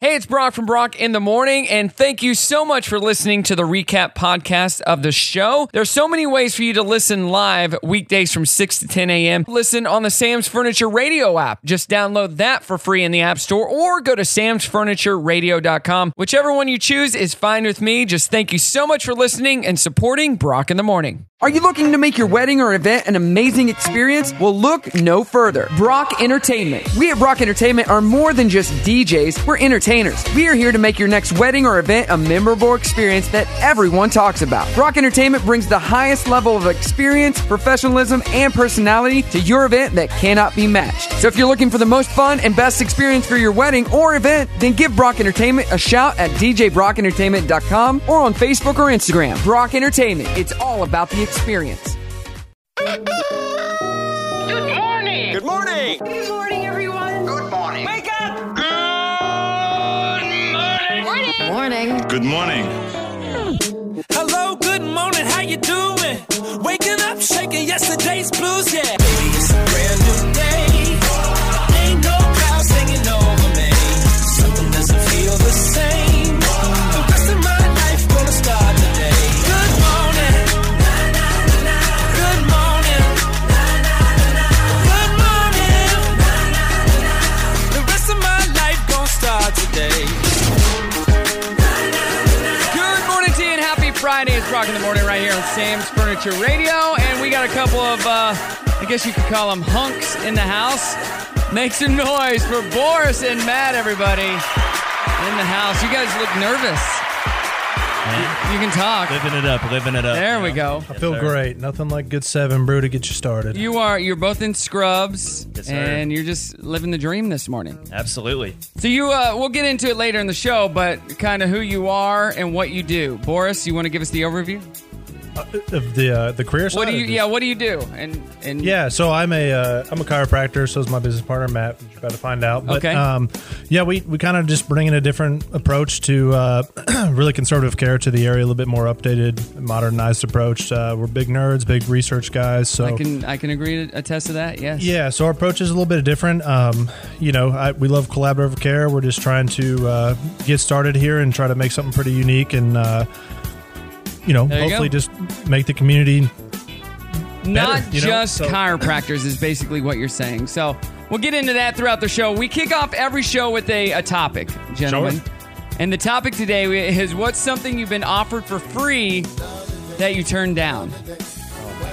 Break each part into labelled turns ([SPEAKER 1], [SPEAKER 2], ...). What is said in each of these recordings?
[SPEAKER 1] Hey, it's Brock from Brock in the Morning, and thank you so much for listening to the recap podcast of the show. There's so many ways for you to listen live weekdays from 6 to 10 a.m. Listen on the Sam's Furniture Radio app. Just download that for free in the App Store or go to samsfurnitureradio.com. Whichever one you choose is fine with me. Just thank you so much for listening and supporting Brock in the Morning.
[SPEAKER 2] Are you looking to make your wedding or event an amazing experience? Well, look no further. Brock Entertainment. We at Brock Entertainment are more than just DJs, we're entertainers. We are here to make your next wedding or event a memorable experience that everyone talks about. Brock Entertainment brings the highest level of experience, professionalism, and personality to your event that cannot be matched. So if you're looking for the most fun and best experience for your wedding or event, then give Brock Entertainment a shout at djbrockentertainment.com or on Facebook or Instagram. Brock Entertainment. It's all about the experience.
[SPEAKER 3] Good morning. Good morning.
[SPEAKER 4] Good morning, everyone.
[SPEAKER 3] Good morning. Wake up. Good morning.
[SPEAKER 4] Morning.
[SPEAKER 5] Good morning.
[SPEAKER 6] Hello, good morning, how you doing? Waking up, shaking yesterday's blues, yeah. Baby, it's a brand new day. Ain't no clouds hanging over me. Something doesn't feel the same. The rest of my life gonna start today. Good morning. Good morning. Good morning. The rest of my life gonna start today.
[SPEAKER 1] Good morning to you and happy Friday. It's Brock in the Morning right here on Sam's Furniture Radio. And we got a couple of, uh, I guess you could call them hunks in the house. Make some noise for Boris and Matt, everybody, in the house. You guys look nervous. You can talk.
[SPEAKER 7] Living it up, living it up.
[SPEAKER 1] There we go.
[SPEAKER 8] I feel great. Nothing like good seven brew to get you started.
[SPEAKER 1] You are, you're both in scrubs,
[SPEAKER 7] Yes, sir.
[SPEAKER 1] and you're just living the dream this morning.
[SPEAKER 7] Absolutely.
[SPEAKER 1] So you, uh, we'll get into it later in the show, but kind of who you are and what you do. Boris, you want to give us the overview?
[SPEAKER 8] of the uh, the career side.
[SPEAKER 1] What do
[SPEAKER 8] or
[SPEAKER 1] you?
[SPEAKER 8] just-
[SPEAKER 1] Yeah, what do you do? And and
[SPEAKER 8] Yeah, so I'm a uh, I'm a chiropractor. So is my business partner Matt. You're about to find out. But,
[SPEAKER 1] Okay.
[SPEAKER 8] Um, yeah, we, we kind of just bringing a different approach to uh, really conservative care to the area. A little bit more updated, modernized approach. Uh, we're big nerds, big research guys. So
[SPEAKER 1] I can I can agree to attest to that. Yes.
[SPEAKER 8] Yeah, so our approach is a little bit different. Um, you know, I, we love collaborative care. We're just trying to uh, get started here and try to make something pretty unique and, uh, you know,
[SPEAKER 1] There you
[SPEAKER 8] hopefully
[SPEAKER 1] go.
[SPEAKER 8] just make the community.
[SPEAKER 1] Not
[SPEAKER 8] you know,
[SPEAKER 1] just
[SPEAKER 8] so-
[SPEAKER 1] chiropractors is basically what you're saying. So we'll get into that throughout the show. We kick off every show with a, a topic, gentlemen.
[SPEAKER 8] Sure.
[SPEAKER 1] And the topic today is what's something you've been offered for free that you turned down?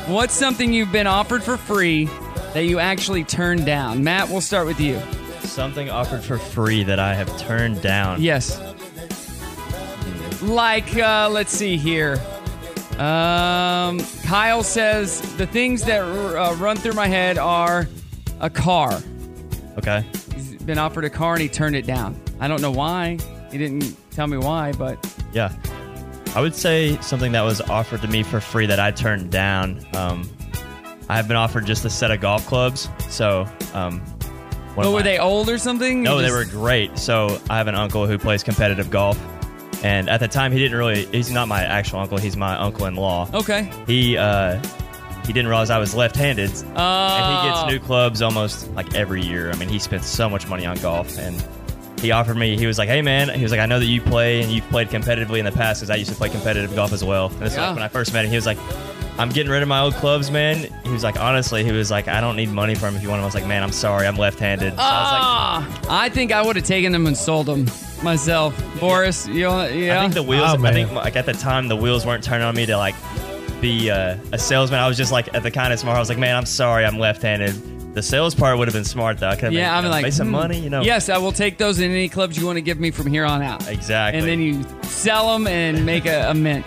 [SPEAKER 1] What's something you've been offered for free that you actually turned down? Matt, we'll start with you.
[SPEAKER 7] Something offered for free that I have turned down.
[SPEAKER 1] Yes. Like, uh, let's see here. Um, Kyle says the things that r- uh, run through my head are a car.
[SPEAKER 7] Okay.
[SPEAKER 1] He's been offered a car and he turned it down. I don't know why. He didn't tell me why, but
[SPEAKER 7] Yeah. I would say something that was offered to me for free that I turned down. Um, I have been offered just a set of golf clubs. So, um, one
[SPEAKER 1] but
[SPEAKER 7] of
[SPEAKER 1] were
[SPEAKER 7] my-
[SPEAKER 1] they old or something?
[SPEAKER 7] No,
[SPEAKER 1] You
[SPEAKER 7] they
[SPEAKER 1] just-
[SPEAKER 7] were great. So I have an uncle who plays competitive golf, and at the time he didn't really. He's not my actual uncle. He's my uncle-in-law.
[SPEAKER 1] Okay.
[SPEAKER 7] He uh, he didn't realize I was left-handed, and he
[SPEAKER 1] Oh.
[SPEAKER 7] gets new clubs almost like every year. I mean, he spends so much money on golf, and he offered me. He was like, "Hey, man," he was like, "I know that you play and you've played competitively in the past because I used to play competitive golf as well." And this is
[SPEAKER 1] Yeah.
[SPEAKER 7] like when I first met him. He was like. I'm getting rid of my old clubs, man. He was like, honestly, he was like, I don't need money from him if you want them. I was like, man, I'm sorry, I'm left-handed. So I was like,
[SPEAKER 1] Ah, I think I would have taken them and sold them myself. Boris, you know, yeah.
[SPEAKER 7] I think the wheels.
[SPEAKER 8] Oh,
[SPEAKER 7] I
[SPEAKER 8] man.
[SPEAKER 7] think like at the time the wheels weren't turning on me to like be uh, a salesman. I was just like at the kindness of my heart, I was like, man, I'm sorry, I'm left-handed. The sales part would have been smart though. I could have
[SPEAKER 1] yeah,
[SPEAKER 7] been,
[SPEAKER 1] I'm
[SPEAKER 7] you know,
[SPEAKER 1] like
[SPEAKER 7] made some
[SPEAKER 1] hmm,
[SPEAKER 7] money, you know.
[SPEAKER 1] Yes, I will take those in any clubs you want to give me from here on out.
[SPEAKER 7] exactly.
[SPEAKER 1] and then you sell them and make a, a mint.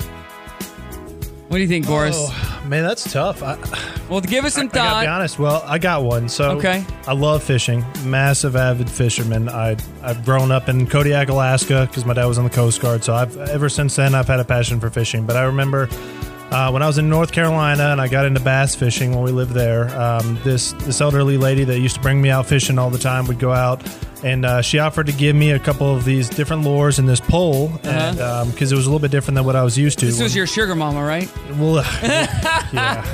[SPEAKER 1] What do you think, Boris?
[SPEAKER 8] Oh, man, that's tough. I,
[SPEAKER 1] Well, give us some
[SPEAKER 8] I gotta
[SPEAKER 1] thought.
[SPEAKER 8] be honest. Well, I got one. So
[SPEAKER 1] Okay.
[SPEAKER 8] I love fishing. Massive avid fisherman. I I've grown up in Kodiak, Alaska, because my dad was on the Coast Guard. So I've ever since then I've had a passion for fishing. But I remember. Uh, when I was in North Carolina and I got into bass fishing when we lived there, um, this this elderly lady that used to bring me out fishing all the time would go out, and uh, she offered to give me a couple of these different lures and this pole, and because it was a little bit different than what I was used to.
[SPEAKER 1] Uh-huh. this was your sugar mama, right?
[SPEAKER 8] Well, yeah.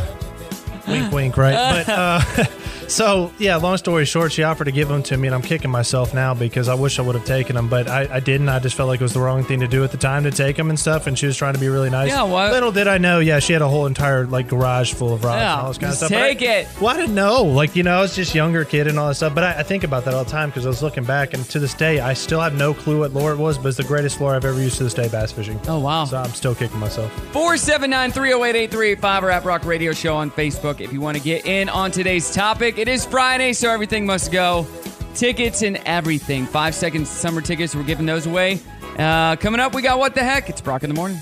[SPEAKER 8] wink, wink, right? But uh, So yeah, long story short, she offered to give them to me, and I'm kicking myself now because I wish I would have taken them, but I, I didn't. I just felt like it was the wrong thing to do at the time to take them and stuff. And she was trying to be really nice.
[SPEAKER 1] Yeah, what-
[SPEAKER 8] Little did I know, yeah, she had a whole entire like garage full of rocks
[SPEAKER 1] Yeah,
[SPEAKER 8] and all this kind of
[SPEAKER 1] just
[SPEAKER 8] stuff. But I-
[SPEAKER 1] take it.
[SPEAKER 8] Well, I didn't know. Like you know, I was just younger kid and all that stuff. But I, I think about that all the time because I was looking back, and to this day, I still have no clue what lure it was, but it's the greatest lure I've ever used to this day bass fishing.
[SPEAKER 1] Oh, wow.
[SPEAKER 8] So I'm still kicking myself.
[SPEAKER 1] 479 308 835 or at Rock Radio Show on Facebook if you want to get in on today's topic. It is Friday, so everything must go. Tickets and everything. Five seconds summer tickets. We're giving those away. Uh, coming up, we got What the Heck? It's Brock in the Morning.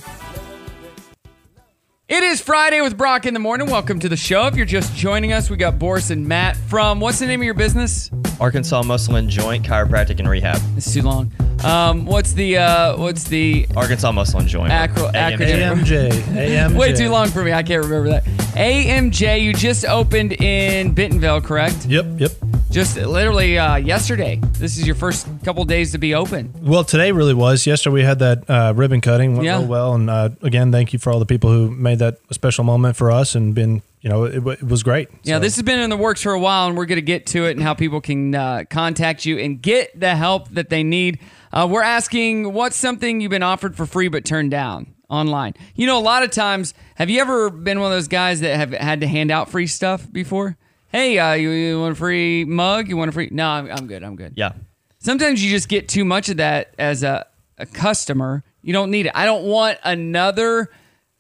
[SPEAKER 1] It is Friday with Brock in the Morning. Welcome to the show. If you're just joining us, we got Boris and Matt from what's the name of your business?
[SPEAKER 7] Arkansas Muscle and Joint Chiropractic and Rehab.
[SPEAKER 1] This is too long. Um, what's the uh, what's the
[SPEAKER 7] Arkansas Muscle and Joint.
[SPEAKER 1] Acro- acronym.
[SPEAKER 8] AMJ, AMJ.
[SPEAKER 1] Way too long for me. I can't remember that. AMJ, you just opened in Bentonville, correct?
[SPEAKER 8] Yep, yep.
[SPEAKER 1] Just literally uh, yesterday. This is your first couple days to be open.
[SPEAKER 8] Well, today really was. Yesterday we had that uh, ribbon cutting went
[SPEAKER 1] Yeah.
[SPEAKER 8] real well, and uh, again, thank you for all the people who made that a special moment for us and been, you know, it, wa- it was great.
[SPEAKER 1] Yeah,
[SPEAKER 8] So-
[SPEAKER 1] this has been in the works for a while, and we're going to get to it and how people can uh, contact you and get the help that they need. Uh, we're asking what's something you've been offered for free but turned down online? You know, a lot of times, have you ever been one of those guys that have had to hand out free stuff before? Hey, uh, you, you want a free mug? You want a free? No, I'm, I'm good. I'm good.
[SPEAKER 7] Yeah.
[SPEAKER 1] sometimes you just get too much of that as a, a customer. You don't need it. I don't want another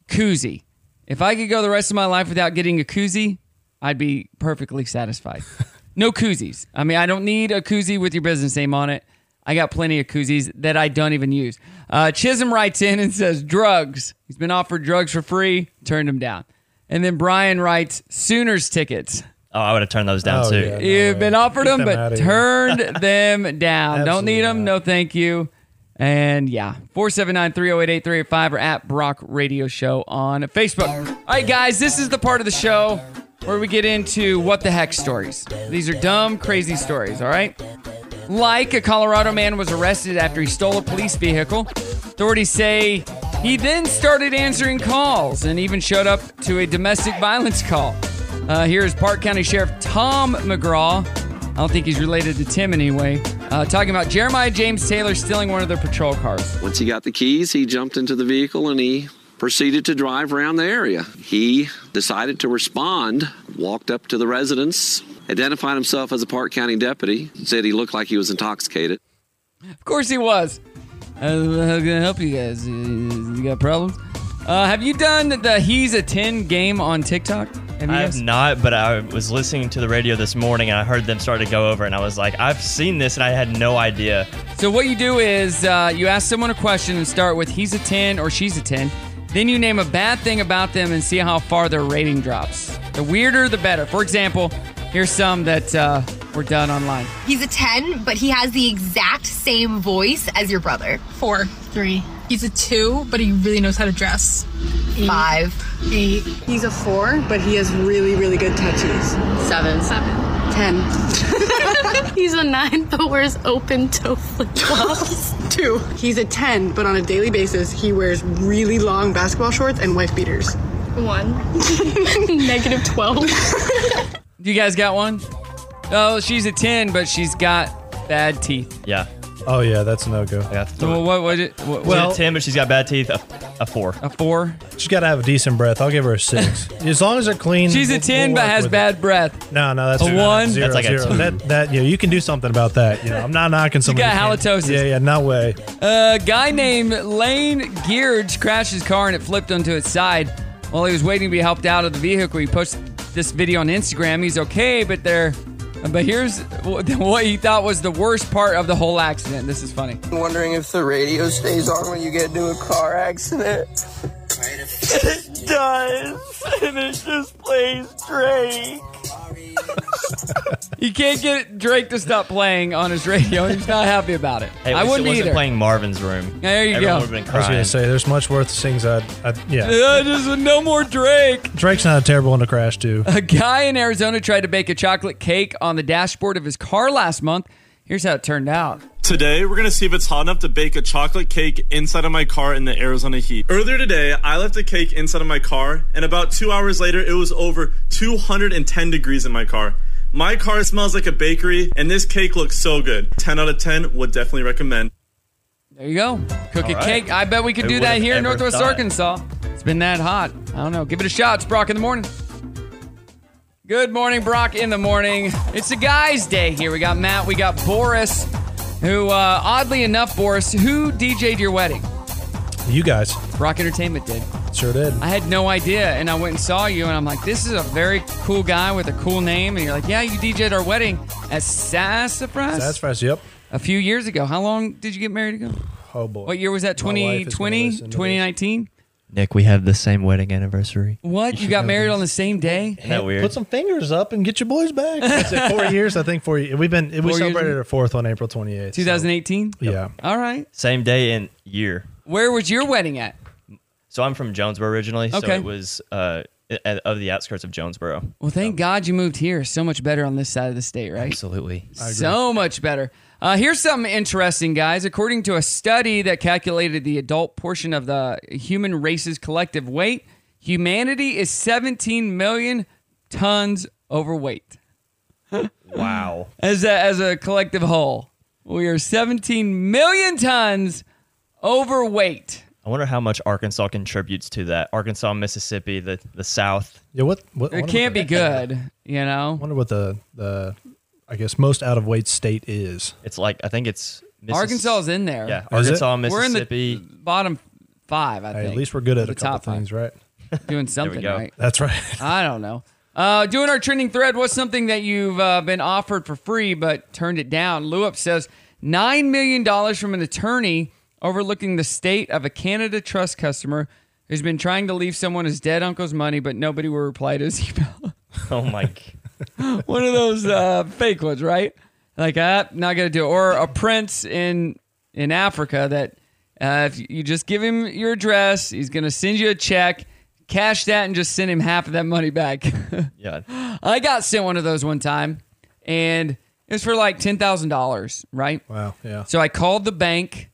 [SPEAKER 1] koozie. If I could go the rest of my life without getting a koozie, I'd be perfectly satisfied. no koozies. I mean, I don't need a koozie with your business name on it. I got plenty of koozies that I don't even use. Uh, Chisholm writes in and says, drugs. He's been offered drugs for free, turned him down. And then Brian writes, Sooners tickets.
[SPEAKER 7] Oh, I would have turned those down
[SPEAKER 8] Oh,
[SPEAKER 7] too.
[SPEAKER 8] yeah. No
[SPEAKER 1] You've
[SPEAKER 8] way.
[SPEAKER 1] been offered
[SPEAKER 8] Get
[SPEAKER 1] them,
[SPEAKER 8] them
[SPEAKER 1] but
[SPEAKER 8] outta here.
[SPEAKER 1] turned them down. Don't need
[SPEAKER 8] Absolutely
[SPEAKER 1] them. No, thank you. And yeah, 479 308 8385 oh or at Brock Radio Show on Facebook. All right, guys, this is the part of the show where we get into what the heck stories. These are dumb, crazy stories, all right? Like a Colorado man was arrested after he stole a police vehicle. Authorities say he then started answering calls and even showed up to a domestic violence call. Uh, here is Park County Sheriff Tom McGraw. I don't think he's related to Tim anyway. Uh, talking about Jeremiah James Taylor stealing one of their patrol cars.
[SPEAKER 4] Once he got the keys, he jumped into the vehicle and he proceeded to drive around the area. He decided to respond, walked up to the residence, identified himself as a Park County deputy, said he looked like he was intoxicated.
[SPEAKER 1] Of course he was. Uh, how can I help you guys? Uh, You got problems? Uh, have you done the He's a 10 game on TikTok? Have you
[SPEAKER 7] I
[SPEAKER 1] guys-
[SPEAKER 7] have not, but I was listening to the radio this morning and I heard them start to go over, and I was like, I've seen this and I had no idea.
[SPEAKER 1] So what you do is uh, you ask someone a question and start with he's a ten or she's a ten. Then you name a bad thing about them and see how far their rating drops. The weirder, the better. For example, here's some that uh, were done online.
[SPEAKER 5] He's a 10, but he has the exact same voice as your brother.
[SPEAKER 9] Four. Three. He's a two, but he really knows how to dress.
[SPEAKER 5] Five.
[SPEAKER 9] Eight.
[SPEAKER 10] He's a four, but he has really, really good touches.
[SPEAKER 9] Seven. Seven.
[SPEAKER 10] Ten.
[SPEAKER 9] He's a nine, but wears open toe flip flops.
[SPEAKER 10] Two. He's a ten, but on a daily basis, he wears really long basketball shorts and wife beaters.
[SPEAKER 9] One. Negative 12.
[SPEAKER 1] You guys got one? Oh, she's a ten, but she's got bad teeth.
[SPEAKER 7] Yeah.
[SPEAKER 8] oh yeah, that's no go.
[SPEAKER 7] I got three.
[SPEAKER 1] Well, what was it? What,
[SPEAKER 7] Well,
[SPEAKER 1] well,
[SPEAKER 7] 10, but she's got bad teeth. A, a four.
[SPEAKER 1] a four.
[SPEAKER 8] She's got to have a decent breath. I'll give her a six as long as they're clean.
[SPEAKER 1] She's a
[SPEAKER 8] we'll-
[SPEAKER 1] ten,
[SPEAKER 8] we'll
[SPEAKER 1] but
[SPEAKER 8] work
[SPEAKER 1] has
[SPEAKER 8] with
[SPEAKER 1] bad breath.
[SPEAKER 8] it. No, no, that's
[SPEAKER 1] A
[SPEAKER 8] zero,
[SPEAKER 1] one?
[SPEAKER 8] Zero,
[SPEAKER 7] That's like a
[SPEAKER 8] zero.
[SPEAKER 7] two.
[SPEAKER 8] That that yeah, you can do something about that. You know, I'm not knocking someone.
[SPEAKER 1] got
[SPEAKER 8] who can't-
[SPEAKER 1] halitosis.
[SPEAKER 8] Yeah, yeah, no way.
[SPEAKER 1] A guy named Lane Gearge crashed his car and it flipped onto its side. While he was waiting to be helped out of the vehicle, he posted this video on Instagram. He's okay, but there. But here's what what he thought was the worst part of the whole accident. This is funny.
[SPEAKER 11] wondering if the radio stays on when you get into a car accident. it does, and it just plays Drake.
[SPEAKER 1] He can't get Drake to stop playing on his radio. He's not happy about it.
[SPEAKER 7] Hey,
[SPEAKER 1] I
[SPEAKER 7] at least
[SPEAKER 1] wouldn't
[SPEAKER 7] it
[SPEAKER 1] be
[SPEAKER 7] wasn't
[SPEAKER 1] either.
[SPEAKER 7] playing Marvin's room.
[SPEAKER 1] There you
[SPEAKER 7] Everyone
[SPEAKER 1] go.
[SPEAKER 7] would have been
[SPEAKER 8] I was
[SPEAKER 7] crying.
[SPEAKER 8] gonna say there's much worse things. I, I yeah.
[SPEAKER 1] Uh, just no more Drake.
[SPEAKER 8] Drake's not a terrible one to crash to.
[SPEAKER 1] A guy in Arizona tried to bake a chocolate cake on the dashboard of his car last month. Here's how it turned out.
[SPEAKER 12] Today, we're gonna see if it's hot enough to bake a chocolate cake inside of my car in the Arizona heat. Earlier today, I left a cake inside of my car, and about two hours later, it was over 210 degrees in my car. My car smells like a bakery, and this cake looks so good. 10 out of 10 would definitely recommend.
[SPEAKER 1] There you go. Cook
[SPEAKER 12] All
[SPEAKER 1] a
[SPEAKER 12] right.
[SPEAKER 1] cake. I bet we could
[SPEAKER 12] Who
[SPEAKER 1] do that
[SPEAKER 12] would've
[SPEAKER 1] here in
[SPEAKER 12] ever
[SPEAKER 1] Northwest
[SPEAKER 12] thought?
[SPEAKER 1] Arkansas. It's been that hot. I don't know. Give it a shot. It's Brock in the morning. Good morning, Brock in the morning. It's a guy's day here. We got Matt. We got Boris, who, uh, oddly enough, Boris, who DJ'd your wedding?
[SPEAKER 8] You guys.
[SPEAKER 1] Brock Entertainment did.
[SPEAKER 8] Sure did.
[SPEAKER 1] I had no idea, and I went and saw you, and I'm like, this is a very cool guy with a cool name. And you're like, yeah, you DJ'd our wedding at Sassafras?
[SPEAKER 8] Sassafras, yep.
[SPEAKER 1] A few years ago. How long did you get married ago?
[SPEAKER 8] Oh, boy.
[SPEAKER 1] What year was that?
[SPEAKER 8] My wife is gonna
[SPEAKER 1] 2020?
[SPEAKER 8] listen to this.
[SPEAKER 1] 2019?
[SPEAKER 7] Nick, we have the same wedding anniversary.
[SPEAKER 1] What? You, got married on the same day?
[SPEAKER 7] Isn't that weird?
[SPEAKER 8] Put some fingers up and get your boys back. That's it, four years, I think. Four. ye- We've been.
[SPEAKER 1] Four
[SPEAKER 8] we
[SPEAKER 1] years?
[SPEAKER 8] celebrated our fourth on April twenty eighth.
[SPEAKER 1] 2018?
[SPEAKER 8] Yeah.
[SPEAKER 1] All right.
[SPEAKER 7] Same day and year.
[SPEAKER 1] Where was your wedding at?
[SPEAKER 7] So I'm from Jonesboro originally. So
[SPEAKER 1] Okay.
[SPEAKER 7] it was uh, a- of the outskirts of Jonesboro.
[SPEAKER 1] Well, thank God you moved here. So much better on this side of the state, right?
[SPEAKER 7] Absolutely. I agree.
[SPEAKER 1] So much better. Uh, here's something interesting, guys. According to a study that calculated the adult portion of the human race's collective weight, humanity is 17 million tons overweight.
[SPEAKER 7] Wow.
[SPEAKER 1] as a, as a collective whole. We are 17 million tons overweight.
[SPEAKER 7] I wonder how much Arkansas contributes to that. Arkansas, Mississippi, the, the South.
[SPEAKER 8] Yeah. What? what
[SPEAKER 1] It can't be good, you know.
[SPEAKER 8] Wonder what the the I guess most out of weight state is.
[SPEAKER 7] It's like I think it's Missis-
[SPEAKER 1] Arkansas is in there.
[SPEAKER 7] Yeah, Arkansas,
[SPEAKER 1] We're in
[SPEAKER 7] Mississippi.
[SPEAKER 1] the bottom five, I
[SPEAKER 8] Hey,
[SPEAKER 1] think.
[SPEAKER 8] at least we're good at
[SPEAKER 1] The
[SPEAKER 8] a couple
[SPEAKER 1] top five.
[SPEAKER 8] things, right?
[SPEAKER 1] Doing something
[SPEAKER 8] go.
[SPEAKER 1] right.
[SPEAKER 8] That's right.
[SPEAKER 1] I don't know. Uh, doing our trending thread, what's something that you've uh, been offered for free but turned it down? Lewup says $9 million from an attorney overlooking the state of a Canada Trust customer who's been trying to leave someone his dead uncle's money, but nobody will reply to his email.
[SPEAKER 7] oh my!
[SPEAKER 1] One of those uh, fake ones, right? Like, ah, not gonna do it. Or a prince in in Africa that uh, if you just give him your address, he's gonna send you a check, cash that, and just send him half of that money back.
[SPEAKER 7] Yeah.
[SPEAKER 1] I got sent one of those one time, and it was for like ten thousand dollars, right?
[SPEAKER 8] Wow. Yeah.
[SPEAKER 1] So I called the bank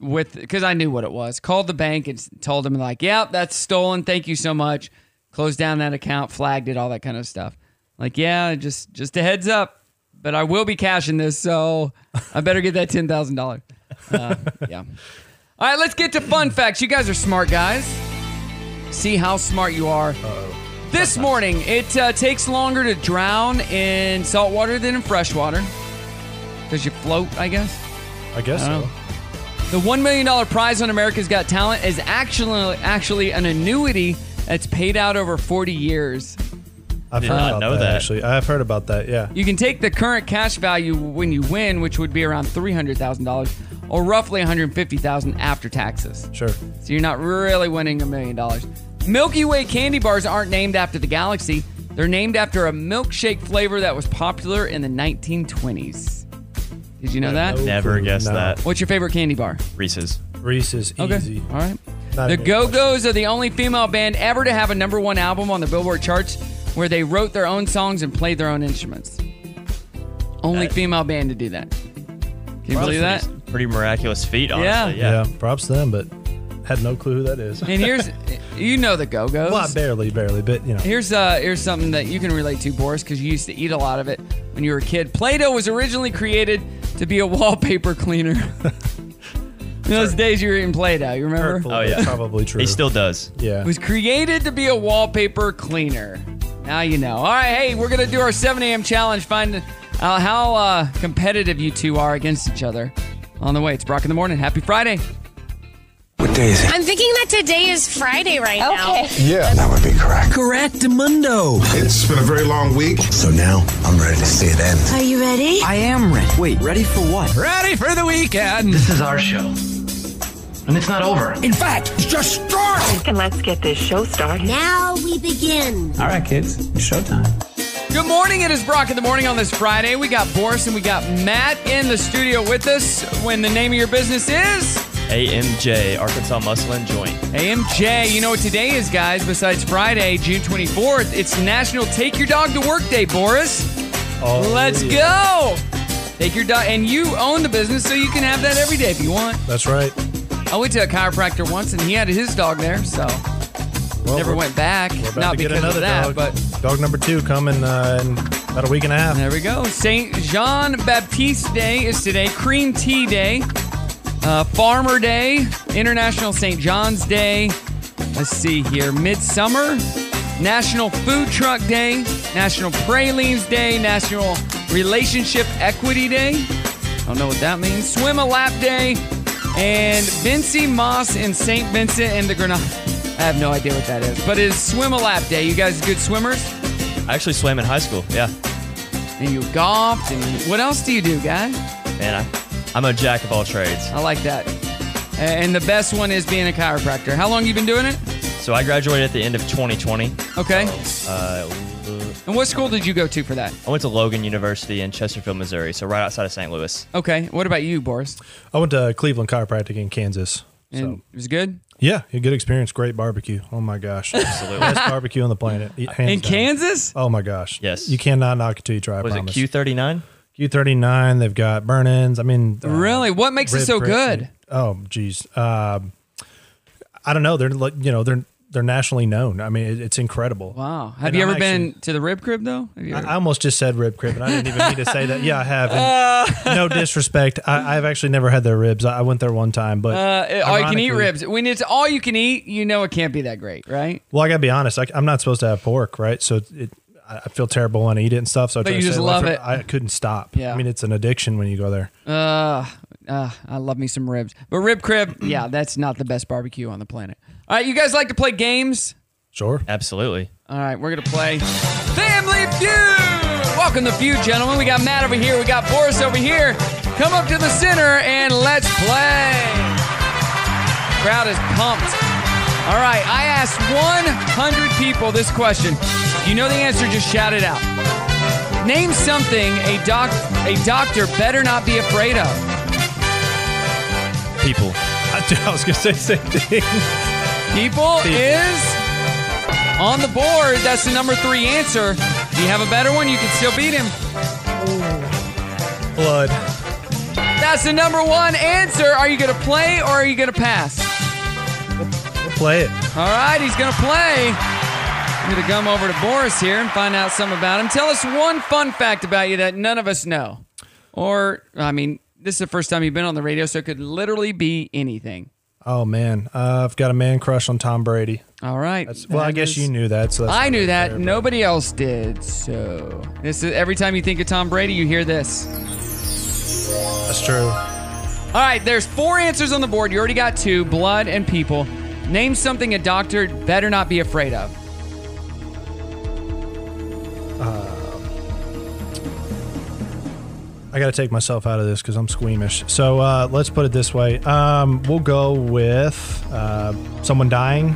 [SPEAKER 1] with because I knew what it was. Called the bank and s- told them like, "Yep, that's stolen. Thank you so much." Closed down that account, flagged it, all that kind of stuff. Like, yeah, just just a heads up, but I will be cashing this, so I better get that ten thousand dollars. Uh, Yeah. All right, let's get to fun facts. You guys are smart guys. See how smart you are. This morning, it uh, takes longer to drown in salt water than in fresh water because you float, I guess.
[SPEAKER 8] I guess
[SPEAKER 1] I
[SPEAKER 8] so.
[SPEAKER 1] don't The one million dollar prize on America's Got Talent is actually actually an annuity that's paid out over forty years.
[SPEAKER 8] I've
[SPEAKER 1] Did
[SPEAKER 8] heard
[SPEAKER 1] not
[SPEAKER 8] about
[SPEAKER 1] know that.
[SPEAKER 8] Actually, I've heard about that. Yeah.
[SPEAKER 1] You can take the current cash value when you win, which would be around three hundred thousand dollars, or roughly one hundred fifty thousand after taxes.
[SPEAKER 8] Sure.
[SPEAKER 1] So you're not really winning a million dollars. Milky Way candy bars aren't named after the galaxy; they're named after a milkshake flavor that was popular in the 1920s. Did you know that?
[SPEAKER 7] Never guessed
[SPEAKER 8] no.
[SPEAKER 7] that.
[SPEAKER 1] What's your favorite candy bar?
[SPEAKER 7] Reese's.
[SPEAKER 8] Reese's
[SPEAKER 1] Okay.
[SPEAKER 8] easy.
[SPEAKER 1] All right.
[SPEAKER 8] Not
[SPEAKER 1] the
[SPEAKER 8] even-
[SPEAKER 1] Go Go's are the only female band ever to have a number one album on the Billboard charts where they wrote their own songs and played their own instruments. Only
[SPEAKER 8] Uh,
[SPEAKER 1] female band to do that. Can you believe that?
[SPEAKER 7] Pretty, pretty miraculous feat, honestly.
[SPEAKER 8] yeah.
[SPEAKER 7] Yeah.
[SPEAKER 8] Props to them, but had no clue who that is.
[SPEAKER 1] And here's, you know the Go Go's.
[SPEAKER 8] well, I barely, barely, but you know.
[SPEAKER 1] Here's uh, here's something that you can relate to, Boris, because you used to eat a lot of it when you were a kid. Play-Doh was originally created to be a wallpaper cleaner. In those days, you were eating Play-Doh. You remember?
[SPEAKER 8] Hurtful, but Probably true.
[SPEAKER 7] He still does.
[SPEAKER 8] Yeah.
[SPEAKER 1] It was created to be a wallpaper cleaner. Now you know. All right, hey, we're gonna do our 7 a.m. challenge. Find out how uh, competitive you two are against each other. On the way, it's Brock in the morning. Happy Friday.
[SPEAKER 13] What day is
[SPEAKER 14] I'm thinking that today is Friday right now.
[SPEAKER 13] Yeah, that would be correct. Correct, Mundo. It's been a very long week, so now I'm ready to see it end.
[SPEAKER 14] Are you ready?
[SPEAKER 13] I am ready. Wait, ready for what?
[SPEAKER 15] Ready for the weekend. This is our show. And it's not over.
[SPEAKER 13] In fact, it's just started.
[SPEAKER 14] And let's get this show started. Now we begin.
[SPEAKER 15] All right, kids, it's showtime.
[SPEAKER 1] Good morning. It is Brock in the morning on this Friday. We got Boris and we got Matt in the studio with us. When the name of your business is
[SPEAKER 7] AMJ, Arkansas Muscle and Joint.
[SPEAKER 1] AMJ. You know what today is, guys? Besides Friday, June 24th, it's National Take Your Dog to Work Day, Boris.
[SPEAKER 8] Oh,
[SPEAKER 1] Let's
[SPEAKER 8] yeah.
[SPEAKER 1] go. Take your dog, and you own the business, so you can have that every day if you want.
[SPEAKER 8] That's right.
[SPEAKER 1] I went to a chiropractor once, and he had his dog there, so
[SPEAKER 8] Well,
[SPEAKER 1] never
[SPEAKER 8] we're-
[SPEAKER 1] went back.
[SPEAKER 8] Oh, We're about
[SPEAKER 1] Not
[SPEAKER 8] to get
[SPEAKER 1] because
[SPEAKER 8] another
[SPEAKER 1] of that,
[SPEAKER 8] dog.
[SPEAKER 1] but
[SPEAKER 8] dog number two coming uh, in About a week and a half.
[SPEAKER 1] There we go. St. Jean Baptiste Day is today. Cream Tea Day. Uh, Farmer Day. International St. John's Day. Let's see here. Midsummer. National Food Truck Day. National Pralines Day. National Relationship Equity Day. Don't know what that means. Swim a Lap Day. And Vinci Moss in St. Vincent and the Grenada. I have no idea what that is, but it is Swim a Lap Day. You guys good swimmers?
[SPEAKER 7] I actually swam in high school. Yeah.
[SPEAKER 1] And you golfed. And what else do you do, guy?
[SPEAKER 7] Man, I, I'm a jack of all trades.
[SPEAKER 1] I like that. And the best one is being a chiropractor. How long you been doing it?
[SPEAKER 7] So I graduated at the end of 2020.
[SPEAKER 1] Okay.
[SPEAKER 7] Uh,
[SPEAKER 1] and what school did you go to for that?
[SPEAKER 7] I went to Logan University in Chesterfield, Missouri, so right outside of St. Louis.
[SPEAKER 1] Okay. What about you, Boris?
[SPEAKER 8] I went to Cleveland Chiropractic in Kansas.
[SPEAKER 1] And it was good.
[SPEAKER 8] Yeah, a good experience. Great barbecue. Oh my gosh, absolutely best barbecue on the planet.
[SPEAKER 1] In Kansas?
[SPEAKER 8] Oh my gosh.
[SPEAKER 7] Yes.
[SPEAKER 8] You cannot knock it till you try. I
[SPEAKER 7] Was it
[SPEAKER 8] promise.
[SPEAKER 7] Q39?
[SPEAKER 8] Q39. They've got burn-ins. I mean, uh,
[SPEAKER 1] Really? What makes it
[SPEAKER 8] rib
[SPEAKER 1] so
[SPEAKER 8] crisp
[SPEAKER 1] good?
[SPEAKER 8] and- Oh, geez. Um, I don't know. They're like you know they're they're nationally known. I mean, it, it's incredible.
[SPEAKER 1] Wow. Have
[SPEAKER 8] And
[SPEAKER 1] you
[SPEAKER 8] I'm
[SPEAKER 1] ever
[SPEAKER 8] actually-
[SPEAKER 1] been to the rib crib though? Have you
[SPEAKER 8] I
[SPEAKER 1] ever-
[SPEAKER 8] I almost just said rib crib, and I didn't even need to say that. Yeah, I have.
[SPEAKER 1] Uh.
[SPEAKER 8] And no disrespect. I, I've actually never had their ribs. I, I went there one time, but
[SPEAKER 1] uh, all you can eat
[SPEAKER 8] ironically-
[SPEAKER 1] ribs. When it's all you can eat, you know it can't be that great, right?
[SPEAKER 8] Well, I gotta be honest. I, I'm not supposed to have pork, right? So it, I I feel terrible when I eat it and stuff. So I
[SPEAKER 1] But
[SPEAKER 8] try
[SPEAKER 1] you
[SPEAKER 8] to
[SPEAKER 1] just
[SPEAKER 8] stay away
[SPEAKER 1] love
[SPEAKER 8] from
[SPEAKER 1] it.
[SPEAKER 8] I couldn't stop.
[SPEAKER 1] Yeah.
[SPEAKER 8] I mean, it's an addiction when you go there.
[SPEAKER 1] Uh, uh, I love me some ribs. But rib crib, yeah, that's not the best barbecue on the planet. All right, you guys like to play games?
[SPEAKER 8] Sure.
[SPEAKER 7] Absolutely.
[SPEAKER 1] All right, we're gonna play Family Feud. Welcome to Feud, gentlemen. We got Matt over here. We got Boris over here. Come up to the center and let's play. Crowd is pumped. All right, I asked 100 people this question. If you know the answer, just shout it out. Name something a doc a doctor better not be afraid of.
[SPEAKER 7] People.
[SPEAKER 8] I, I was gonna say the same thing.
[SPEAKER 1] People is on the board. That's the number three answer. If you have a better one, you can still beat him.
[SPEAKER 8] Blood.
[SPEAKER 1] That's the number one answer. Are you going to play or are you going to pass?
[SPEAKER 8] Play it.
[SPEAKER 1] All right, he's going to play. I'm going to come over to Boris here and find out some about him. Tell us one fun fact about you that none of us know. Or, I mean, this is the first time you've been on the radio, so it could literally be anything.
[SPEAKER 8] Oh man, uh, I've got a man crush on Tom Brady.
[SPEAKER 1] All right.
[SPEAKER 8] well, I
[SPEAKER 1] That
[SPEAKER 8] guess
[SPEAKER 1] is-
[SPEAKER 8] you knew that. So that's
[SPEAKER 1] I knew that. Nobody else did. So this is every time you think of Tom Brady, you hear this.
[SPEAKER 8] That's true.
[SPEAKER 1] All right, there's four answers on the board. You already got two: blood and people. Name something a doctor better not be afraid of.
[SPEAKER 8] I got to take myself out of this because I'm squeamish. So uh, let's put it this way. Um, we'll go with uh, someone dying.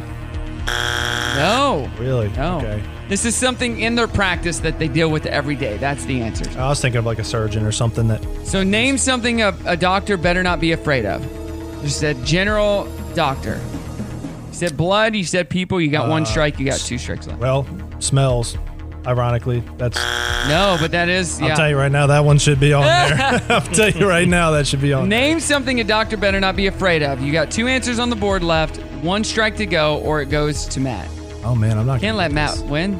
[SPEAKER 1] No.
[SPEAKER 8] Really?
[SPEAKER 1] No.
[SPEAKER 8] Okay.
[SPEAKER 1] This is something in their practice that they deal with every day. That's the answer.
[SPEAKER 8] I was thinking of like a surgeon or something that
[SPEAKER 1] So name something a, a doctor better not be afraid of. You said general doctor. You said blood. You said people. You got one
[SPEAKER 8] Uh,
[SPEAKER 1] strike. You got two strikes left.
[SPEAKER 8] well smells. Ironically, that's.
[SPEAKER 1] No, but that is. Yeah.
[SPEAKER 8] I'll tell you right now, that one should be on there. I'll tell you right now, that should be on.
[SPEAKER 1] Name something a doctor better not be afraid of. You got two answers on the board left, one strike to go, or it goes to Matt.
[SPEAKER 8] Oh man, I'm not.
[SPEAKER 1] Can't let Matt win.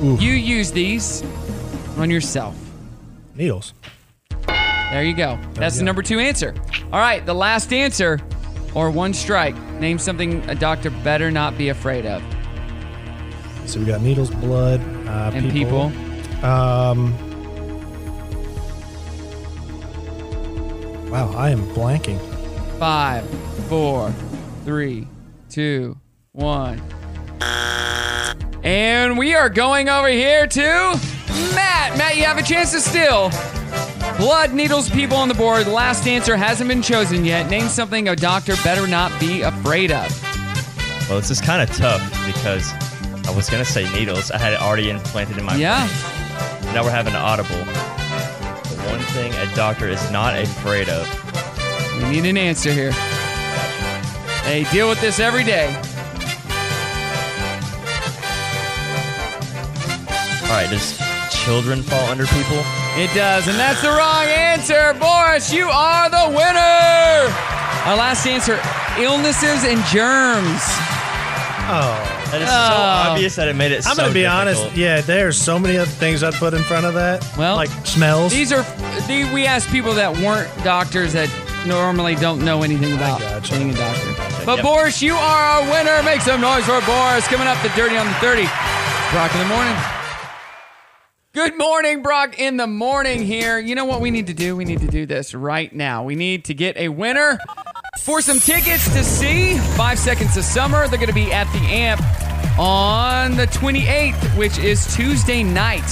[SPEAKER 8] Oof.
[SPEAKER 1] You use these on yourself.
[SPEAKER 8] Needles.
[SPEAKER 1] There you go. That's
[SPEAKER 8] you
[SPEAKER 1] the
[SPEAKER 8] go.
[SPEAKER 1] number two answer. All right, the last answer, or one strike. Name something a doctor better not be afraid of.
[SPEAKER 8] So we got needles, blood, uh,
[SPEAKER 1] And people.
[SPEAKER 8] Um. Wow, I am blanking.
[SPEAKER 1] Five, four, three, two, one. And we are going over here to Matt. Matt, you have a chance to steal. Blood, needles, people on the board. The last answer hasn't been chosen yet. Name something a doctor better not be afraid of.
[SPEAKER 7] Well, this is kind of tough because I was going to say needles. I had it already implanted in my
[SPEAKER 1] Yeah.
[SPEAKER 7] brain. Now we're having an audible. The one thing a doctor is not afraid of.
[SPEAKER 1] We need an answer here. They deal with this every day.
[SPEAKER 7] All right, does children fall under people?
[SPEAKER 1] It does, and that's the wrong answer. Boris, you are the winner. Our last answer illnesses and germs.
[SPEAKER 8] Oh.
[SPEAKER 7] That is so obvious that it made it
[SPEAKER 8] I'm
[SPEAKER 7] so
[SPEAKER 8] gonna be honest.
[SPEAKER 7] difficult.
[SPEAKER 8] Yeah, there's so many other things I'd put in front of that. Well, like smells.
[SPEAKER 1] These are the, we asked people that weren't doctors that normally don't know anything about being a doctor. But
[SPEAKER 6] Yep.
[SPEAKER 1] Boris, you are our winner. Make some noise for Boris. Coming up, the dirty on the thirty. Brock in the morning. Good morning, Brock in the morning here. You know what we need to do? We need to do this right now. We need to get a winner for some tickets to see Five Seconds of Summer. They're going to be at the Amp on the 28th, which is Tuesday night.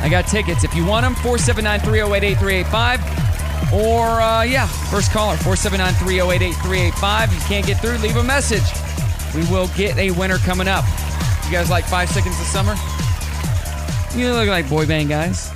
[SPEAKER 1] I got tickets. If you want them, 479 308 8385. Or, uh, yeah, first caller, 479 308 8385. You can't get through, leave a message. We will get a winner coming up. You guys like Five Seconds of Summer? You look like boy band guys.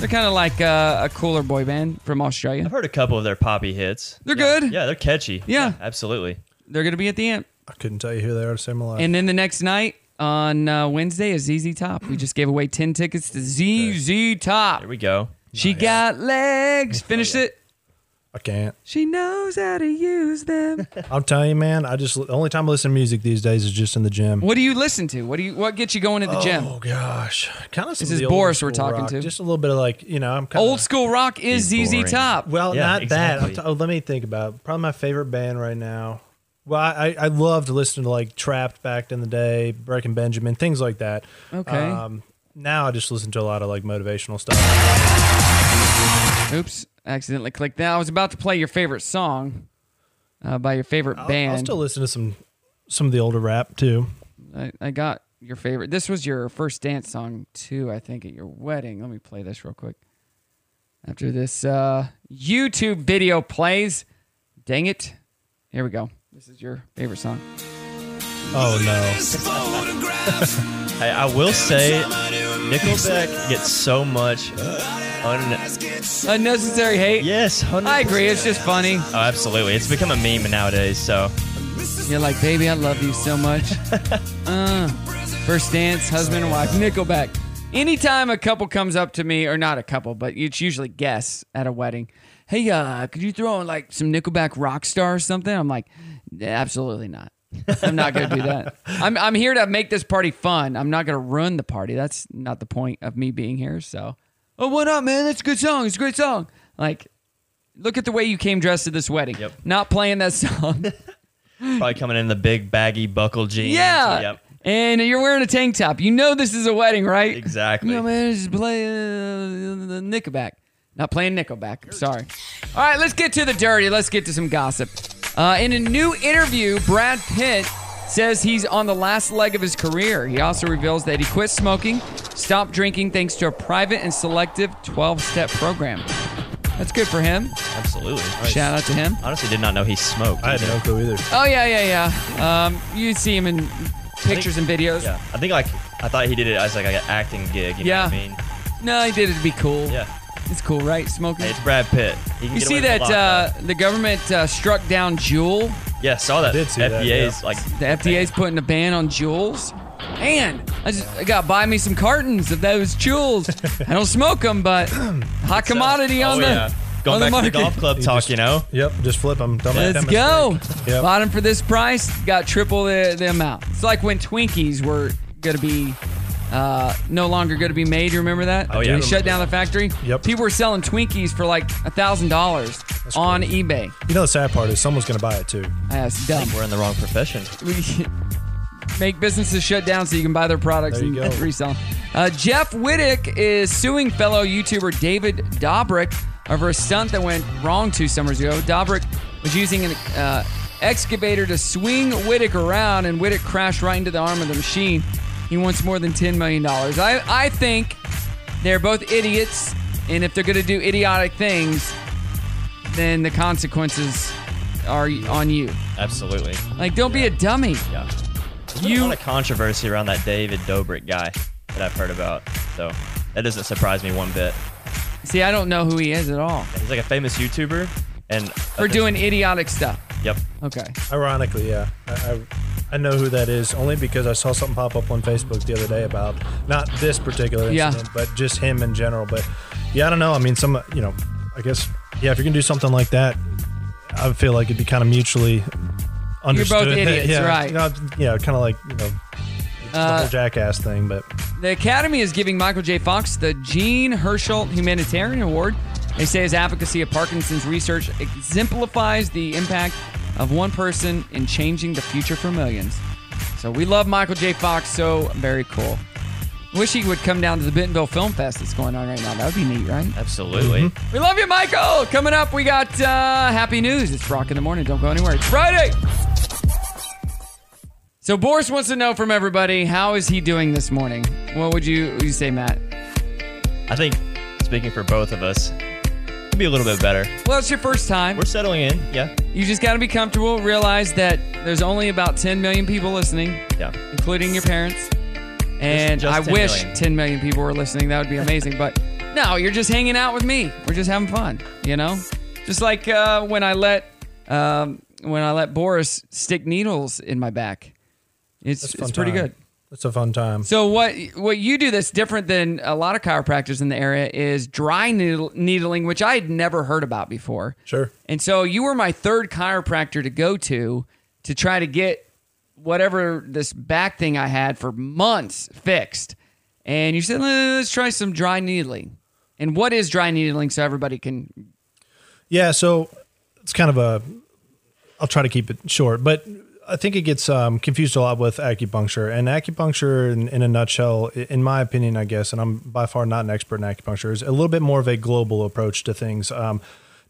[SPEAKER 1] They're kind of like uh, a cooler boy band from Australia.
[SPEAKER 7] I've heard a couple of their poppy hits.
[SPEAKER 1] They're
[SPEAKER 7] Yeah.
[SPEAKER 1] good.
[SPEAKER 7] Yeah, they're catchy.
[SPEAKER 1] Yeah.
[SPEAKER 7] absolutely.
[SPEAKER 1] They're going to be at the amp.
[SPEAKER 8] I couldn't tell you who they are to save my life.
[SPEAKER 1] And then the next night on uh, Wednesday is ZZ Top. We just gave away 10 tickets to ZZ Top. Here
[SPEAKER 7] we go.
[SPEAKER 1] She got legs. Finish it.
[SPEAKER 8] I can't.
[SPEAKER 1] She knows how to use them.
[SPEAKER 8] I'm telling you, man. I just the only time I listen to music these days is just in the gym.
[SPEAKER 1] what do you listen to? What do you what gets you going to the gym?
[SPEAKER 8] Oh gosh. Kind of
[SPEAKER 1] This is Boris we're talking to.
[SPEAKER 8] Just a little bit of like you know I'm kind
[SPEAKER 1] Old school rock is
[SPEAKER 8] He's
[SPEAKER 1] ZZ
[SPEAKER 8] boring.
[SPEAKER 1] Top.
[SPEAKER 8] Well, not that. I'm t- oh, let me think about it. probably my favorite band right now. Well, I, I- I loved listening to like Trapped back in the day, Breaking Benjamin, things like that. Um,
[SPEAKER 1] Okay.
[SPEAKER 8] now I just listen to a lot of like motivational stuff.
[SPEAKER 1] Oops, accidentally clicked that. I was about to play your favorite song uh, by your favorite band.
[SPEAKER 8] I'll still listen to some some of the older rap too.
[SPEAKER 1] I, I got your favorite. This was your first dance song too, I think, at your wedding. Let me play this real quick. After this uh, YouTube video plays, dang it! Here we go. This is your favorite song.
[SPEAKER 8] Oh
[SPEAKER 7] no! I, I will say, Nickelback gets so much un-
[SPEAKER 1] unnecessary hate.
[SPEAKER 7] Yes,
[SPEAKER 1] I agree. It's just funny.
[SPEAKER 7] Oh, absolutely. It's become a meme nowadays. So
[SPEAKER 1] You're like, baby, I love you so much. uh, first dance, husband and wife, Nickelback. Anytime a couple comes up to me, or not a couple, but it's usually guests at a wedding. Hey, uh, could you throw in like some Nickelback rock star or something? I'm like, "Nah, absolutely not. I'm not gonna do that. I'm I'm here to make this party fun. I'm not gonna ruin the party. That's not the point of me being here. So, oh, what up, man? That's a good song. It's a great song. Like, look at the way you came dressed to this wedding. Yep. Not playing that song.
[SPEAKER 7] probably coming in the big baggy buckle jeans.
[SPEAKER 1] Hmm. Yeah.
[SPEAKER 7] Yep.
[SPEAKER 1] And you're wearing a tank top. You know this is a wedding, right?
[SPEAKER 7] Exactly.
[SPEAKER 1] You know, man, just play uh, the Nickelback. Not playing Nickelback. I'm sorry. All right, let's get to the dirty. Let's get to some gossip. Uh, in a new interview, Brad Pitt says he's on the last leg of his career. He also reveals that he quit smoking, stopped drinking thanks to a private and selective 12 step program. That's good for him.
[SPEAKER 7] Absolutely.
[SPEAKER 1] Shout out to him.
[SPEAKER 7] Honestly, did not know he smoked.
[SPEAKER 8] I had no clue either.
[SPEAKER 1] Oh, yeah, yeah, yeah. Um, you see him in pictures and videos.
[SPEAKER 7] Yeah. I think like I thought he did it as like an acting gig. You
[SPEAKER 1] Yeah.
[SPEAKER 7] know what I mean?
[SPEAKER 1] No, he did it to be cool.
[SPEAKER 7] Yeah.
[SPEAKER 1] It's cool, right? Smoking.
[SPEAKER 7] Hey, it's Brad Pitt. He can
[SPEAKER 1] you
[SPEAKER 7] get
[SPEAKER 1] see
[SPEAKER 7] away with
[SPEAKER 1] that
[SPEAKER 7] a lot.
[SPEAKER 1] uh, the government uh, struck down Juul?
[SPEAKER 7] Yeah, saw that.
[SPEAKER 1] did see that,
[SPEAKER 7] FDA's
[SPEAKER 1] yeah.
[SPEAKER 7] like
[SPEAKER 1] The FDA's putting a ban on Juuls. Man, I just I got to buy me some cartons of those Juuls. I don't smoke them, but hot commodity on
[SPEAKER 7] oh,
[SPEAKER 1] the
[SPEAKER 7] yeah. Going
[SPEAKER 1] on the
[SPEAKER 7] back to the
[SPEAKER 1] market.
[SPEAKER 7] golf club talk, you know.
[SPEAKER 8] Yep, just flip them. Don't make
[SPEAKER 1] Let's
[SPEAKER 8] that
[SPEAKER 1] go.
[SPEAKER 8] mistake.
[SPEAKER 1] Bought
[SPEAKER 8] Yep.
[SPEAKER 1] 'em for this price, got triple the, the amount. It's like when Twinkies were going to be uh, no longer going to be made. You remember that?
[SPEAKER 7] Oh, yeah.
[SPEAKER 1] They shut down the factory. Yep. People were selling Twinkies for like a $1,000 on eBay.
[SPEAKER 8] You know the sad part is someone's gonna buy it too.
[SPEAKER 1] Yeah, it's dumb.
[SPEAKER 7] We're in the wrong profession.
[SPEAKER 1] We make businesses shut down so you can buy their products
[SPEAKER 8] There
[SPEAKER 1] and
[SPEAKER 8] you go.
[SPEAKER 1] resell them. Uh, Jeff Wittick is suing fellow YouTuber David Dobrik over a stunt that went wrong two summers ago. Dobrik was using an uh, excavator to swing Wittick around, and Wittick crashed right into the arm of the machine. He wants more than $10 million. I, I think they're both idiots, and if they're going to do idiotic things, then the consequences are on you.
[SPEAKER 7] Absolutely.
[SPEAKER 1] Like, don't be a dummy.
[SPEAKER 7] Yeah. There's been a lot of controversy around that David Dobrik guy that I've heard about. So that doesn't surprise me one bit.
[SPEAKER 1] See, I don't know who he is at all
[SPEAKER 7] He's like a famous YouTuber, and
[SPEAKER 1] for doing idiotic stuff.
[SPEAKER 7] Yep.
[SPEAKER 1] Okay.
[SPEAKER 8] Ironically, yeah, I, I, I know who that is only because I saw something pop up on Facebook the other day about not this particular
[SPEAKER 1] Yeah.
[SPEAKER 8] incident, but just him in general. But yeah, I don't know. I mean, some, you know, I guess yeah, if you're gonna do something like that, I feel like it'd be kind of mutually understood.
[SPEAKER 1] You're both idiots,
[SPEAKER 8] yeah,
[SPEAKER 1] right?
[SPEAKER 8] You know, yeah, kind of like you know it's the
[SPEAKER 1] Uh,
[SPEAKER 8] whole jackass thing, but
[SPEAKER 1] The Academy is giving Michael J. Fox the Gene Herschel Humanitarian Award. They say his advocacy of Parkinson's research exemplifies the impact of one person in changing the future for millions. So we love Michael J. Fox, so very cool. Wish he would come down to the Bentonville Film Fest that's going on right now. That would be neat, right?
[SPEAKER 7] Absolutely.
[SPEAKER 1] We love you, Michael. Coming up, we got uh, happy news. It's Brock in the morning. Don't go anywhere. It's Friday. So Boris wants to know from everybody how is he doing this morning? What would you, you say, Matt?
[SPEAKER 7] I think speaking for both of us, it'd be a little bit better.
[SPEAKER 1] Well, it's your first time. We're
[SPEAKER 7] settling in. Yeah.
[SPEAKER 1] You just got to be comfortable. Realize that there's only about 10 million people listening.
[SPEAKER 7] Yeah.
[SPEAKER 1] Including your parents. And
[SPEAKER 7] just
[SPEAKER 1] I
[SPEAKER 7] 10
[SPEAKER 1] wish
[SPEAKER 7] million.
[SPEAKER 1] 10 million people were listening. That would be amazing. but no, you're just hanging out with me. We're just having fun. You know, just like uh, when I let um, when I let Boris stick needles in my back. It's
[SPEAKER 8] that's a fun
[SPEAKER 1] it's pretty
[SPEAKER 8] time.
[SPEAKER 1] good.
[SPEAKER 8] It's a fun time.
[SPEAKER 1] So what what you do that's different than a lot of chiropractors in the area is dry needle, needling, which I had never heard about before.
[SPEAKER 8] Sure.
[SPEAKER 1] And so you were my third chiropractor to go to to try to get whatever this back thing I had for months fixed. And you said, let's try some dry needling. And what is dry needling so everybody can
[SPEAKER 8] Yeah, so it's kind of a. I'll try to keep it short, but I think it gets um, confused a lot with acupuncture. And acupuncture, in, in a nutshell, i- in my opinion, I guess, and I'm by far not an expert in acupuncture, is a little bit more of a global approach to things. Um,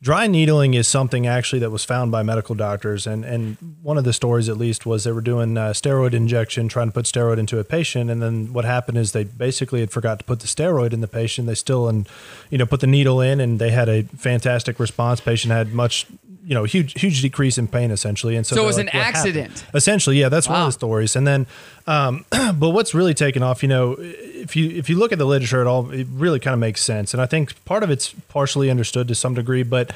[SPEAKER 8] dry needling is something actually that was found by medical doctors, and and one of the stories at least was they were doing uh, steroid injection, trying to put steroid into a patient, and then what happened is they basically had forgot to put the steroid in the patient. They still and you know put the needle in, and they had a fantastic response. Patient had much you know huge huge decrease in pain essentially, and so
[SPEAKER 1] So it
[SPEAKER 8] they're
[SPEAKER 1] was an
[SPEAKER 8] "What happened?"
[SPEAKER 1] accident.
[SPEAKER 8] essentially yeah that's one
[SPEAKER 1] Wow.
[SPEAKER 8] of the stories and then um, but what's really taken off you know if you if you look at the literature at all it really kind of makes sense and i think part of it's partially understood to some degree but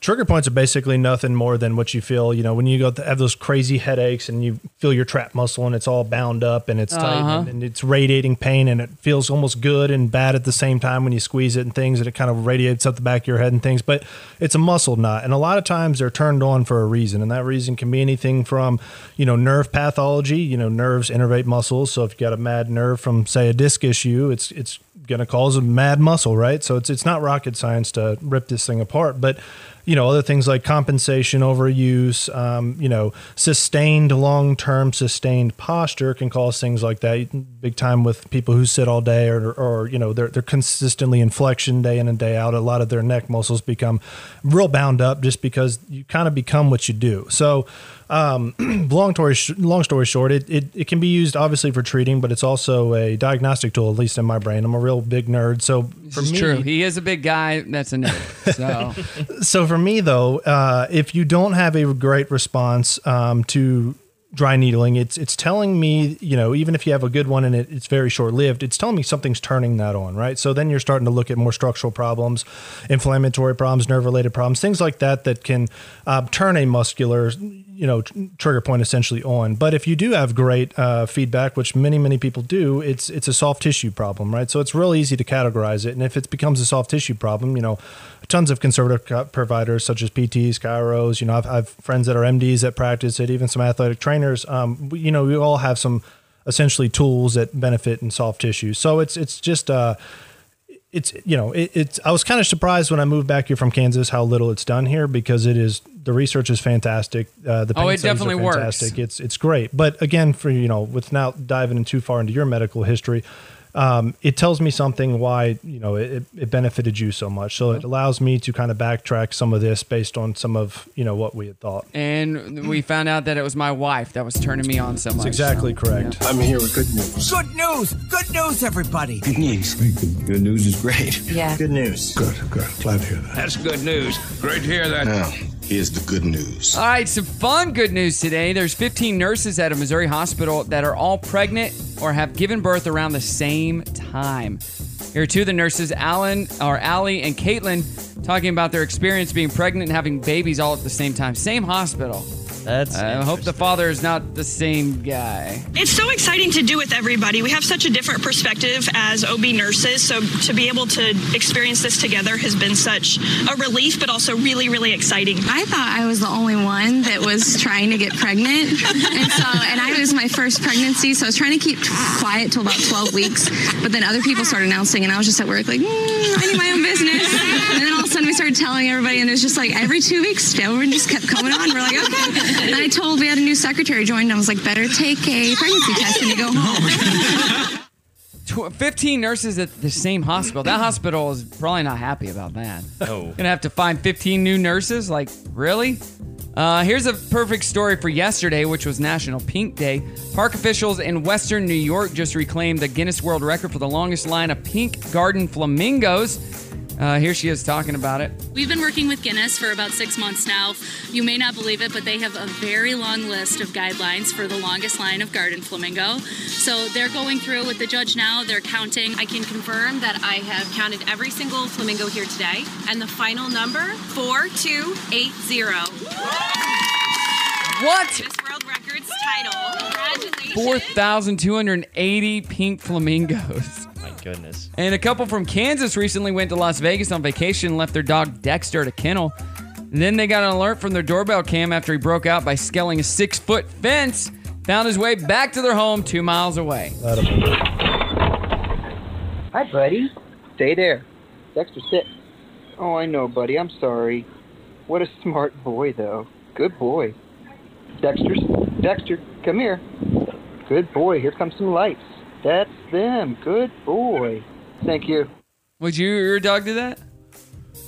[SPEAKER 8] trigger points are basically nothing more than what you feel you know when you go have those crazy headaches and you feel your trap muscle and it's all bound up and it's tight
[SPEAKER 1] Uh-huh.
[SPEAKER 8] and, and it's radiating pain and it feels almost good and bad at the same time when you squeeze it and things and it kind of radiates up the back of your head and things but it's a muscle knot and a lot of times they're turned on for a reason and that reason can be anything from you know nerve pathology you know nerves innervate muscles so if you got a mad nerve from say a disc issue it's it's going to cause a mad muscle right so it's it's not rocket science to rip this thing apart but you know other things like compensation overuse um, you know sustained long-term sustained posture can cause things like that big time with people who sit all day or, or you know they're, they're consistently in flexion day in and day out a lot of their neck muscles become real bound up just because you kind of become what you do so um, long story sh- long story short, it, it it can be used obviously for treating, but it's also a diagnostic tool. At least in my brain, I'm a real big nerd. So for
[SPEAKER 1] It's
[SPEAKER 8] me,
[SPEAKER 1] true. He is a big guy. That's a nerd. So
[SPEAKER 8] so for me though, uh, if you don't have a great response um, to dry needling, it's it's telling me you know even if you have a good one and it, it's very short lived, it's telling me something's turning that on, right? So then you're starting to look at more structural problems, inflammatory problems, nerve related problems, things like that that can uh, turn a muscular you know tr- trigger point essentially on. But if you do have great uh, feedback, which many many people do, it's it's a soft tissue problem, right? So it's real easy to categorize it, and if it becomes a soft tissue problem, you know, tons of conservative co- providers such as PTs, chiros. You know, I've, I've friends that are MDs that practice it, even some athletic trainers. Um, we, you know, we all have some essentially tools that benefit in soft tissue. So it's it's just. Uh, it's you know it, it's i was kind of surprised when i moved back here from kansas how little it's done here because it is the research is fantastic uh, the
[SPEAKER 1] Oh,
[SPEAKER 8] pain
[SPEAKER 1] it
[SPEAKER 8] studies
[SPEAKER 1] definitely
[SPEAKER 8] are
[SPEAKER 1] works.
[SPEAKER 8] fantastic. it's it's great but again for you know without diving in too far into your medical history um, it tells me something why you know it, it benefited you so much so
[SPEAKER 1] Mm-hmm.
[SPEAKER 8] it allows me to kind of backtrack some of this based on some of you know what we had thought
[SPEAKER 1] and we found out that it was my wife that was turning me on so much.
[SPEAKER 8] that's exactly correct
[SPEAKER 13] I'm here with good news.
[SPEAKER 16] Good news! Good news, everybody!
[SPEAKER 13] Good news. Good, good news is great.
[SPEAKER 16] Yeah.
[SPEAKER 13] Good news. Good, good. Glad to hear that.
[SPEAKER 16] That's good news.
[SPEAKER 13] Great to hear that. Now, here's the good news.
[SPEAKER 1] All right, some fun good news today. There's 15 nurses at a Missouri hospital that are all pregnant or have given birth around the same time. Here are two of the nurses, Alan or Allie and Caitlin, talking about their experience being pregnant and having babies all at the same time. Same hospital.
[SPEAKER 7] That's.
[SPEAKER 1] I hope the father is not the same guy.
[SPEAKER 17] It's so exciting to do with everybody. We have such a different perspective as OB nurses, so to be able to experience this together has been such a relief, but also really, really exciting.
[SPEAKER 9] I thought I was the only one that was trying to get pregnant. And so, and I it was my first pregnancy, so I was trying to keep quiet till about 12 weeks. But then other people started announcing, and I was just at work, like, mm, I need my own business. And then all of a sudden, we started telling everybody, and it was just like every two weeks, everyone just kept coming on. We're like, okay. And I told we had a new secretary joined, and I was like, better take a pregnancy test when you go home.
[SPEAKER 1] Tw- 15 nurses at the same hospital. That hospital is probably not happy about that.
[SPEAKER 7] Oh.
[SPEAKER 1] Gonna have to find 15 new nurses? Like, really? Uh, here's a perfect story for yesterday, which was National Pink Day. Park officials in western New York just reclaimed the Guinness World Record for the longest line of pink garden flamingos. Uh, here she is talking about it.
[SPEAKER 18] We've been working with Guinness for about six months now. You may not believe it, but they have a very long list of guidelines for the longest line of garden flamingo. So they're going through with the judge now, they're counting.
[SPEAKER 19] I can confirm that I have counted every single flamingo here today, and the final number 4280.
[SPEAKER 1] What?
[SPEAKER 19] This world records title. Congratulations.
[SPEAKER 1] 4,280 pink flamingos.
[SPEAKER 7] My goodness.
[SPEAKER 1] And a couple from Kansas recently went to Las Vegas on vacation and left their dog Dexter at a kennel. Then they got an alert from their doorbell cam after he broke out by scaling a six foot fence, found his way back to their home two miles away.
[SPEAKER 11] Hi, buddy. Stay there. Dexter, sit. Oh, I know, buddy. I'm sorry. What a smart boy, though. Good boy. Dexter, Dexter, come here. Good boy. Here comes some lights. That's them. Good boy. Thank you.
[SPEAKER 1] Would you your dog do that?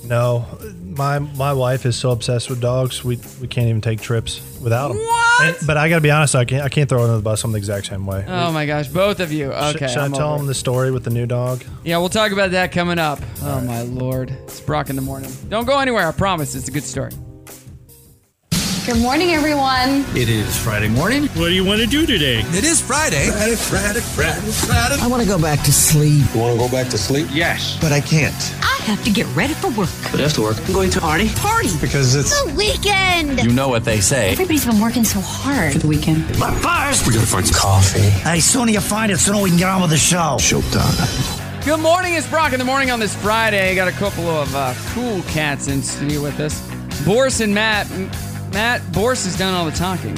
[SPEAKER 8] No, my my wife is so obsessed with dogs. We we can't even take trips without them. What? but I got to be honest. I can't I can't throw her under the bus. I'm the exact same way.
[SPEAKER 1] Oh my gosh, both of you.
[SPEAKER 8] Sh-
[SPEAKER 1] Okay.
[SPEAKER 8] should i
[SPEAKER 1] I'm
[SPEAKER 8] tell
[SPEAKER 1] over
[SPEAKER 8] him
[SPEAKER 1] it.
[SPEAKER 8] the story with the new dog?
[SPEAKER 1] Yeah, we'll talk about that coming up. oh my lord. It's Brock in the morning. Don't go anywhere, I promise. It's a good story.
[SPEAKER 20] Good morning, everyone.
[SPEAKER 21] It is Friday morning. What do you want to do today? It is Friday. Friday, Friday, Friday, Friday.
[SPEAKER 16] I want to go back to sleep,
[SPEAKER 21] You want to go back to sleep? Yes.
[SPEAKER 16] but I can't.
[SPEAKER 14] I have to get ready for work.
[SPEAKER 21] But after work, I'm going to party. Party. Because it's.
[SPEAKER 14] The weekend.
[SPEAKER 21] You know what they say.
[SPEAKER 14] Everybody's been working so hard for the weekend.
[SPEAKER 21] My bars. We gotta find some coffee.
[SPEAKER 16] Hey, sooner you find it, sooner we can get on with the show.
[SPEAKER 21] Showtime.
[SPEAKER 1] Good morning, it's Brock in the morning on this Friday. Got a couple of uh, cool cats in studio with us. Boris and Matt. M- Matt, Boris has done all the talking.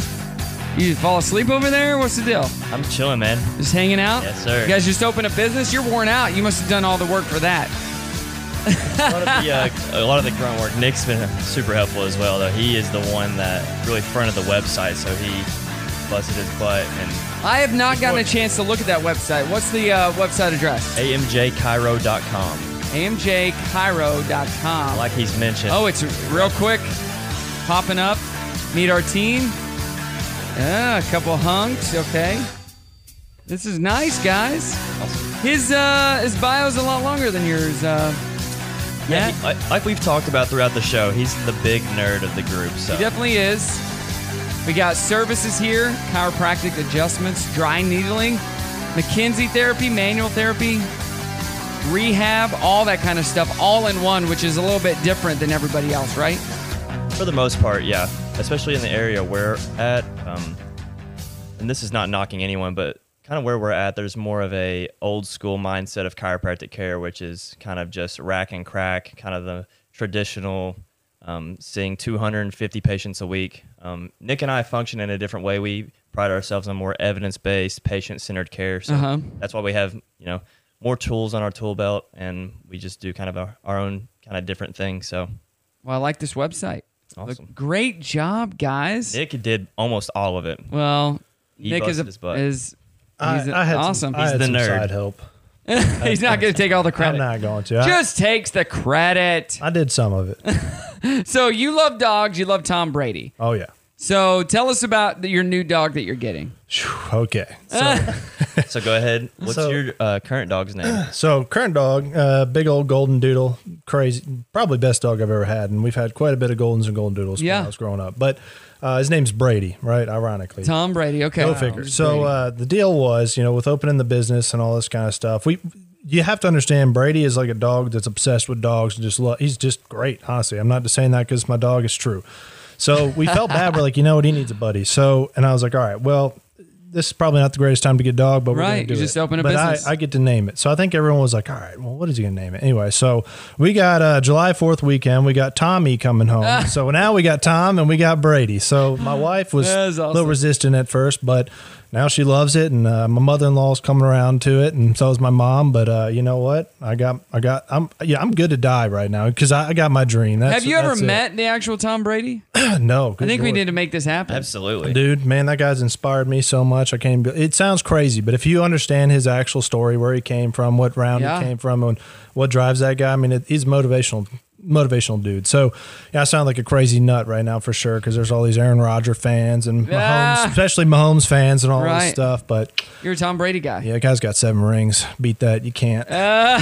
[SPEAKER 1] You fall asleep over there? What's the deal?
[SPEAKER 7] I'm chilling, man.
[SPEAKER 1] Just hanging out?
[SPEAKER 7] Yes, sir.
[SPEAKER 1] You guys just opened a business? You're worn out. You must have done all the work for that.
[SPEAKER 7] a lot of the, uh, a lot of the grunt work. Nick's been super helpful as well, though. He is the one that really fronted the website, so he busted his butt. And
[SPEAKER 1] I have not gotten a chance to look at that website. What's the uh, website address?
[SPEAKER 7] amjcairo.com,
[SPEAKER 1] amjcairo.com.
[SPEAKER 7] like he's mentioned.
[SPEAKER 1] Oh, it's real quick, popping up. Meet our team. Yeah, a couple hunks. Okay, this is nice, guys. His uh, his bio's a lot longer than yours. Uh,
[SPEAKER 7] yeah. he- like- like we've talked about throughout the show, he's the big nerd of the group. So
[SPEAKER 1] he definitely is. We got services here: chiropractic adjustments, dry needling, McKinsey therapy, manual therapy, rehab, all that kind of stuff, all in one, which is a little bit different than everybody else, right?
[SPEAKER 7] for the most part, yeah, especially in the area we're at. Um, and this is not knocking anyone, but kind of where we're at, there's more of a old school mindset of chiropractic care, which is kind of just rack and crack, kind of the traditional, um, seeing 250 patients a week. Um, Nick and I function in a different way. We pride ourselves on more evidence based, patient centered care. So
[SPEAKER 1] Uh-huh.
[SPEAKER 7] that's why we have you know more tools on our tool belt, and we just do kind of our, our own kind of different thing. So.
[SPEAKER 1] Well, I like this website. Awesome. Great job, guys.
[SPEAKER 7] Nick did almost all of it.
[SPEAKER 1] Well,
[SPEAKER 7] He
[SPEAKER 1] Nick is a,
[SPEAKER 7] busted his butt.
[SPEAKER 1] is
[SPEAKER 8] I-
[SPEAKER 1] he's a-
[SPEAKER 8] I had some-
[SPEAKER 1] awesome.
[SPEAKER 8] I had some side help.
[SPEAKER 1] he's not going to take all the credit.
[SPEAKER 8] I'm not going to. I-
[SPEAKER 1] Just takes the credit.
[SPEAKER 8] I did some of it.
[SPEAKER 1] So you love dogs. You love Tom Brady.
[SPEAKER 8] Oh yeah.
[SPEAKER 1] So tell us about the, your new dog that you're getting.
[SPEAKER 8] Okay.
[SPEAKER 1] Uh.
[SPEAKER 7] So go ahead. What's your uh, current dog's name?
[SPEAKER 8] So current dog, uh, big old golden doodle, crazy, probably best dog I've ever had, and we've had quite a bit of goldens and golden doodles when
[SPEAKER 1] Yeah.
[SPEAKER 8] I was growing up. But uh, his name's Brady, right? Ironically,
[SPEAKER 1] Tom Brady. Okay.
[SPEAKER 8] Go
[SPEAKER 1] Wow.
[SPEAKER 8] figure.
[SPEAKER 1] Brady.
[SPEAKER 8] So uh, the deal was, you know, with opening the business and all this kind of stuff, we you have to understand Brady is like a dog that's obsessed with dogs and just love. He's just great, honestly. I'm not just saying that because my dog is true. So we felt bad. We're like, you know what? He needs a buddy. So, and I was like, all right, well, this is probably not the greatest time to get dog, but we're
[SPEAKER 1] Right,
[SPEAKER 8] gonna do
[SPEAKER 1] you just
[SPEAKER 8] it.
[SPEAKER 1] open a
[SPEAKER 8] but
[SPEAKER 1] business.
[SPEAKER 8] I, I get to name it. So I think everyone was like, all right, well, what is he going to name it? Anyway, so we got uh, July 4th weekend. We got Tommy coming
[SPEAKER 1] Ah.
[SPEAKER 8] home. so now we got Tom and we got Brady. So my wife was
[SPEAKER 1] That is
[SPEAKER 8] a little
[SPEAKER 1] awesome.
[SPEAKER 8] resistant at first, but now she loves it. And uh, my mother-in-law's coming around to it. And so is my mom. But uh, you know what? I got, I got, I'm, yeah, I'm good to die right now because I, I got my dream. That's,
[SPEAKER 1] Have you ever
[SPEAKER 8] that's it.
[SPEAKER 1] met the actual Tom Brady?
[SPEAKER 8] no.
[SPEAKER 1] I
[SPEAKER 8] good
[SPEAKER 1] think we
[SPEAKER 8] Lord.
[SPEAKER 1] need to make this happen. Absolutely.
[SPEAKER 8] Dude, man, that guy's inspired me so much. I can't. be- It sounds crazy, but if you understand his actual story, where he came from, what round
[SPEAKER 1] Yeah.
[SPEAKER 8] he came from, and what drives that guy, I mean, it, he's motivational, motivational dude. So, yeah, I sound like a crazy nut right now for sure because there's all these Aaron Rodgers fans and
[SPEAKER 1] Ah.
[SPEAKER 8] Mahomes, especially Mahomes fans and all
[SPEAKER 1] Right.
[SPEAKER 8] this stuff. But
[SPEAKER 1] You're a Tom Brady guy.
[SPEAKER 8] yeah, that guy's got seven rings. Beat that, you can't.
[SPEAKER 1] Uh,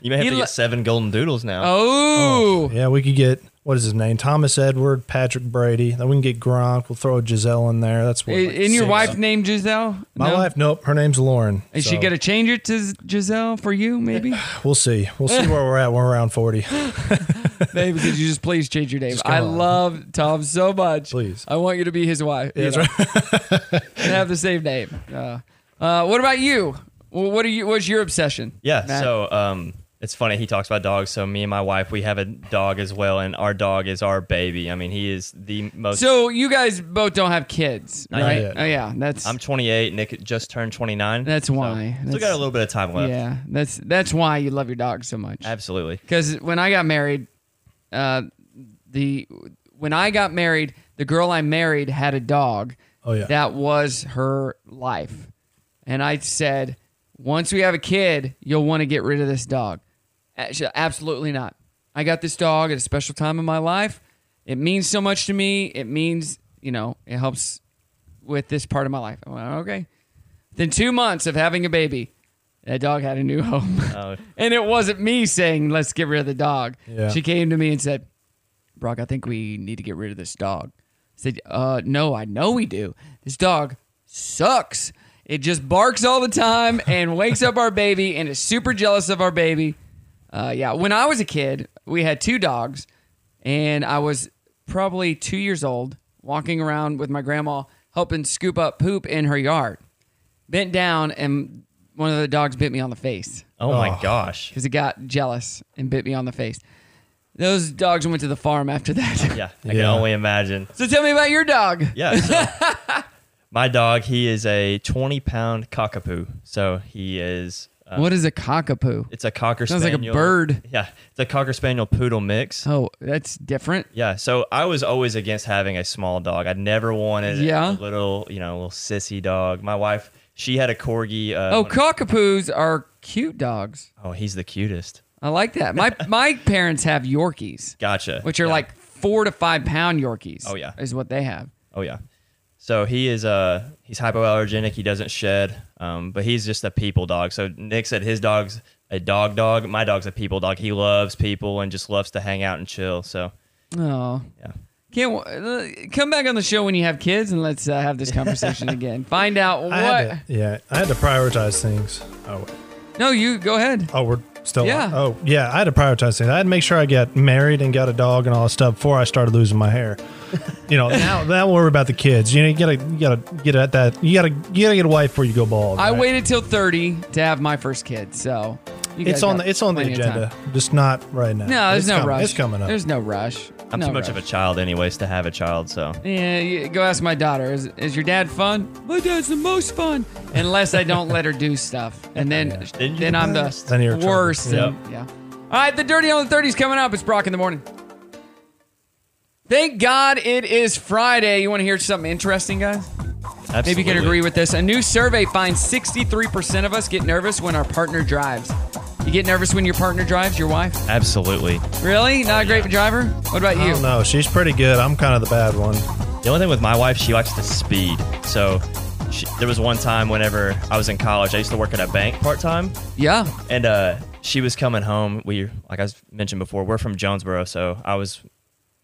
[SPEAKER 7] You may have
[SPEAKER 1] He
[SPEAKER 7] to
[SPEAKER 1] lo-
[SPEAKER 7] get seven golden doodles now.
[SPEAKER 1] Oh.
[SPEAKER 8] yeah, we could get what is his name? Thomas Edward, Patrick Brady. Then we can get Gronk. We'll throw Giselle in there. That's
[SPEAKER 1] i-
[SPEAKER 8] what. like,
[SPEAKER 1] and your
[SPEAKER 8] six.
[SPEAKER 1] wife named Giselle?
[SPEAKER 8] My
[SPEAKER 1] No?
[SPEAKER 8] wife, nope. Her name's Lauren.
[SPEAKER 1] Is she
[SPEAKER 8] so
[SPEAKER 1] going to change it to Giselle for you, maybe?
[SPEAKER 8] We'll see. We'll see where we're at. when We're around forty.
[SPEAKER 1] Baby, could you just please change your name?
[SPEAKER 8] Just come
[SPEAKER 1] I
[SPEAKER 8] on.
[SPEAKER 1] love Tom so much.
[SPEAKER 8] Please.
[SPEAKER 1] I want you to be his wife.
[SPEAKER 8] Yeah,
[SPEAKER 1] you
[SPEAKER 8] that's
[SPEAKER 1] know. and have the same name. Uh, uh, what about you? Well, what are you? What's your obsession?
[SPEAKER 7] Yeah.
[SPEAKER 1] Matt?
[SPEAKER 7] So um, it's funny he talks about dogs. So me and my wife, we have a dog as well, and our dog is our baby. I mean, he is the most.
[SPEAKER 1] So you guys both don't have kids,
[SPEAKER 7] Not
[SPEAKER 1] right?
[SPEAKER 7] yet.
[SPEAKER 1] Oh yeah, that's
[SPEAKER 7] I'm 28. Nick just turned 29.
[SPEAKER 1] That's why.
[SPEAKER 7] Still got a little bit of time left.
[SPEAKER 1] yeah, that's that's why you love your dog so much.
[SPEAKER 7] Absolutely.
[SPEAKER 1] Because when I got married, uh, the when I got married, the girl I married had a dog.
[SPEAKER 8] Oh, yeah.
[SPEAKER 1] that was her life. And I said, once we have a kid, you'll want to get rid of this dog. Uh, she- Absolutely not. I got this dog at a special time in my life. It means so much to me. It means you know it helps with this part of my life. I went okay. Then two months of having a baby, that dog had a new home.
[SPEAKER 7] Oh.
[SPEAKER 1] And it wasn't me saying, let's get rid of the dog.
[SPEAKER 7] Yeah.
[SPEAKER 1] She came to me and said, Brock, I think we need to get rid of this dog. I said, uh, no, I know we do. This dog sucks. It just barks all the time and wakes up our baby and is super jealous of our baby. Uh, yeah, when I was a kid, we had two dogs, and I was probably two years old, walking around with my grandma, helping scoop up poop in her yard. Bent down, and one of the dogs bit me on the face
[SPEAKER 7] Oh, my gosh.
[SPEAKER 1] because it got jealous and bit me on the face. Those dogs went to the farm after that.
[SPEAKER 7] Yeah. I can
[SPEAKER 1] Yeah.
[SPEAKER 7] only imagine.
[SPEAKER 1] So tell me about your dog.
[SPEAKER 7] Yeah. so my dog, he is a 20 pound cockapoo. So he is. uh,
[SPEAKER 1] what is a cockapoo?
[SPEAKER 7] It's a cocker
[SPEAKER 1] Sounds like a
[SPEAKER 7] spaniel.
[SPEAKER 1] bird.
[SPEAKER 7] Yeah, it's a cocker spaniel poodle mix.
[SPEAKER 1] Oh, that's different.
[SPEAKER 7] Yeah, so I was always against having a small dog. I never wanted
[SPEAKER 1] Yeah.
[SPEAKER 7] a little, you know, little sissy dog. My wife, she had a corgi. Uh,
[SPEAKER 1] oh,
[SPEAKER 7] when-
[SPEAKER 1] cockapoos are cute dogs.
[SPEAKER 7] oh, he's the cutest.
[SPEAKER 1] I like that. My my parents have Yorkies,
[SPEAKER 7] Gotcha.
[SPEAKER 1] which are like four to five pound Yorkies.
[SPEAKER 7] Oh, yeah.
[SPEAKER 1] is what they have.
[SPEAKER 7] Oh yeah. So he is uh he's hypoallergenic. He doesn't shed. Um, but he's just a people dog. So Nick said his dog's a dog dog. My dog's a people dog. He loves people and just loves to hang out and chill. So
[SPEAKER 1] Oh, yeah. Can't wa- uh, come back on the show when you have kids and let's uh, have this conversation again. Find out
[SPEAKER 8] I had
[SPEAKER 1] what.
[SPEAKER 8] to- yeah, I had to prioritize things. Oh, wait.
[SPEAKER 1] No, you go ahead.
[SPEAKER 8] oh, we're still. on.
[SPEAKER 1] Yeah.
[SPEAKER 8] Oh, yeah. I had to prioritize things. I had to make sure I got married and got a dog and all that stuff before I started losing my hair. You know, now now worry about the kids. You know, you gotta you gotta get at that. You gotta you gotta get a wife before you go bald.
[SPEAKER 1] I
[SPEAKER 8] right?
[SPEAKER 1] waited till thirty to have my first kid, so you guys
[SPEAKER 8] It's on
[SPEAKER 1] got
[SPEAKER 8] the it's on the
[SPEAKER 1] plenty of time.
[SPEAKER 8] agenda, just not right now.
[SPEAKER 1] No, there's
[SPEAKER 8] It's
[SPEAKER 1] no
[SPEAKER 8] coming-
[SPEAKER 1] rush.
[SPEAKER 8] It's coming up.
[SPEAKER 1] There's no rush.
[SPEAKER 7] I'm
[SPEAKER 1] no
[SPEAKER 7] too much
[SPEAKER 1] rush.
[SPEAKER 7] of a child, anyways, to have a child. So
[SPEAKER 1] Yeah, you, go ask my daughter. Is, is your dad fun? My dad's the most fun, unless I don't let her do stuff, and then then, I'm the
[SPEAKER 8] Then you're trouble.
[SPEAKER 1] worst. and- yeah. All right, the dirty on the thirties coming up. It's Brock in the morning. Thank God it is Friday. You want to hear something interesting, guys? Maybe you can
[SPEAKER 7] Absolutely.
[SPEAKER 1] agree with this. A new survey finds 63% of us get nervous when our partner drives. You get nervous when your partner drives, your wife?
[SPEAKER 7] absolutely.
[SPEAKER 1] Really? Not a great driver? What about
[SPEAKER 8] I
[SPEAKER 1] you?
[SPEAKER 8] don't know. She's pretty good. I'm kind of the bad one.
[SPEAKER 7] The only thing with my wife, she likes to speed. So she, there was one time whenever I was in college, I used to work at a bank part time.
[SPEAKER 1] Yeah.
[SPEAKER 7] And uh, she was coming home. We, like I was- mentioned before, we're from Jonesboro, so I was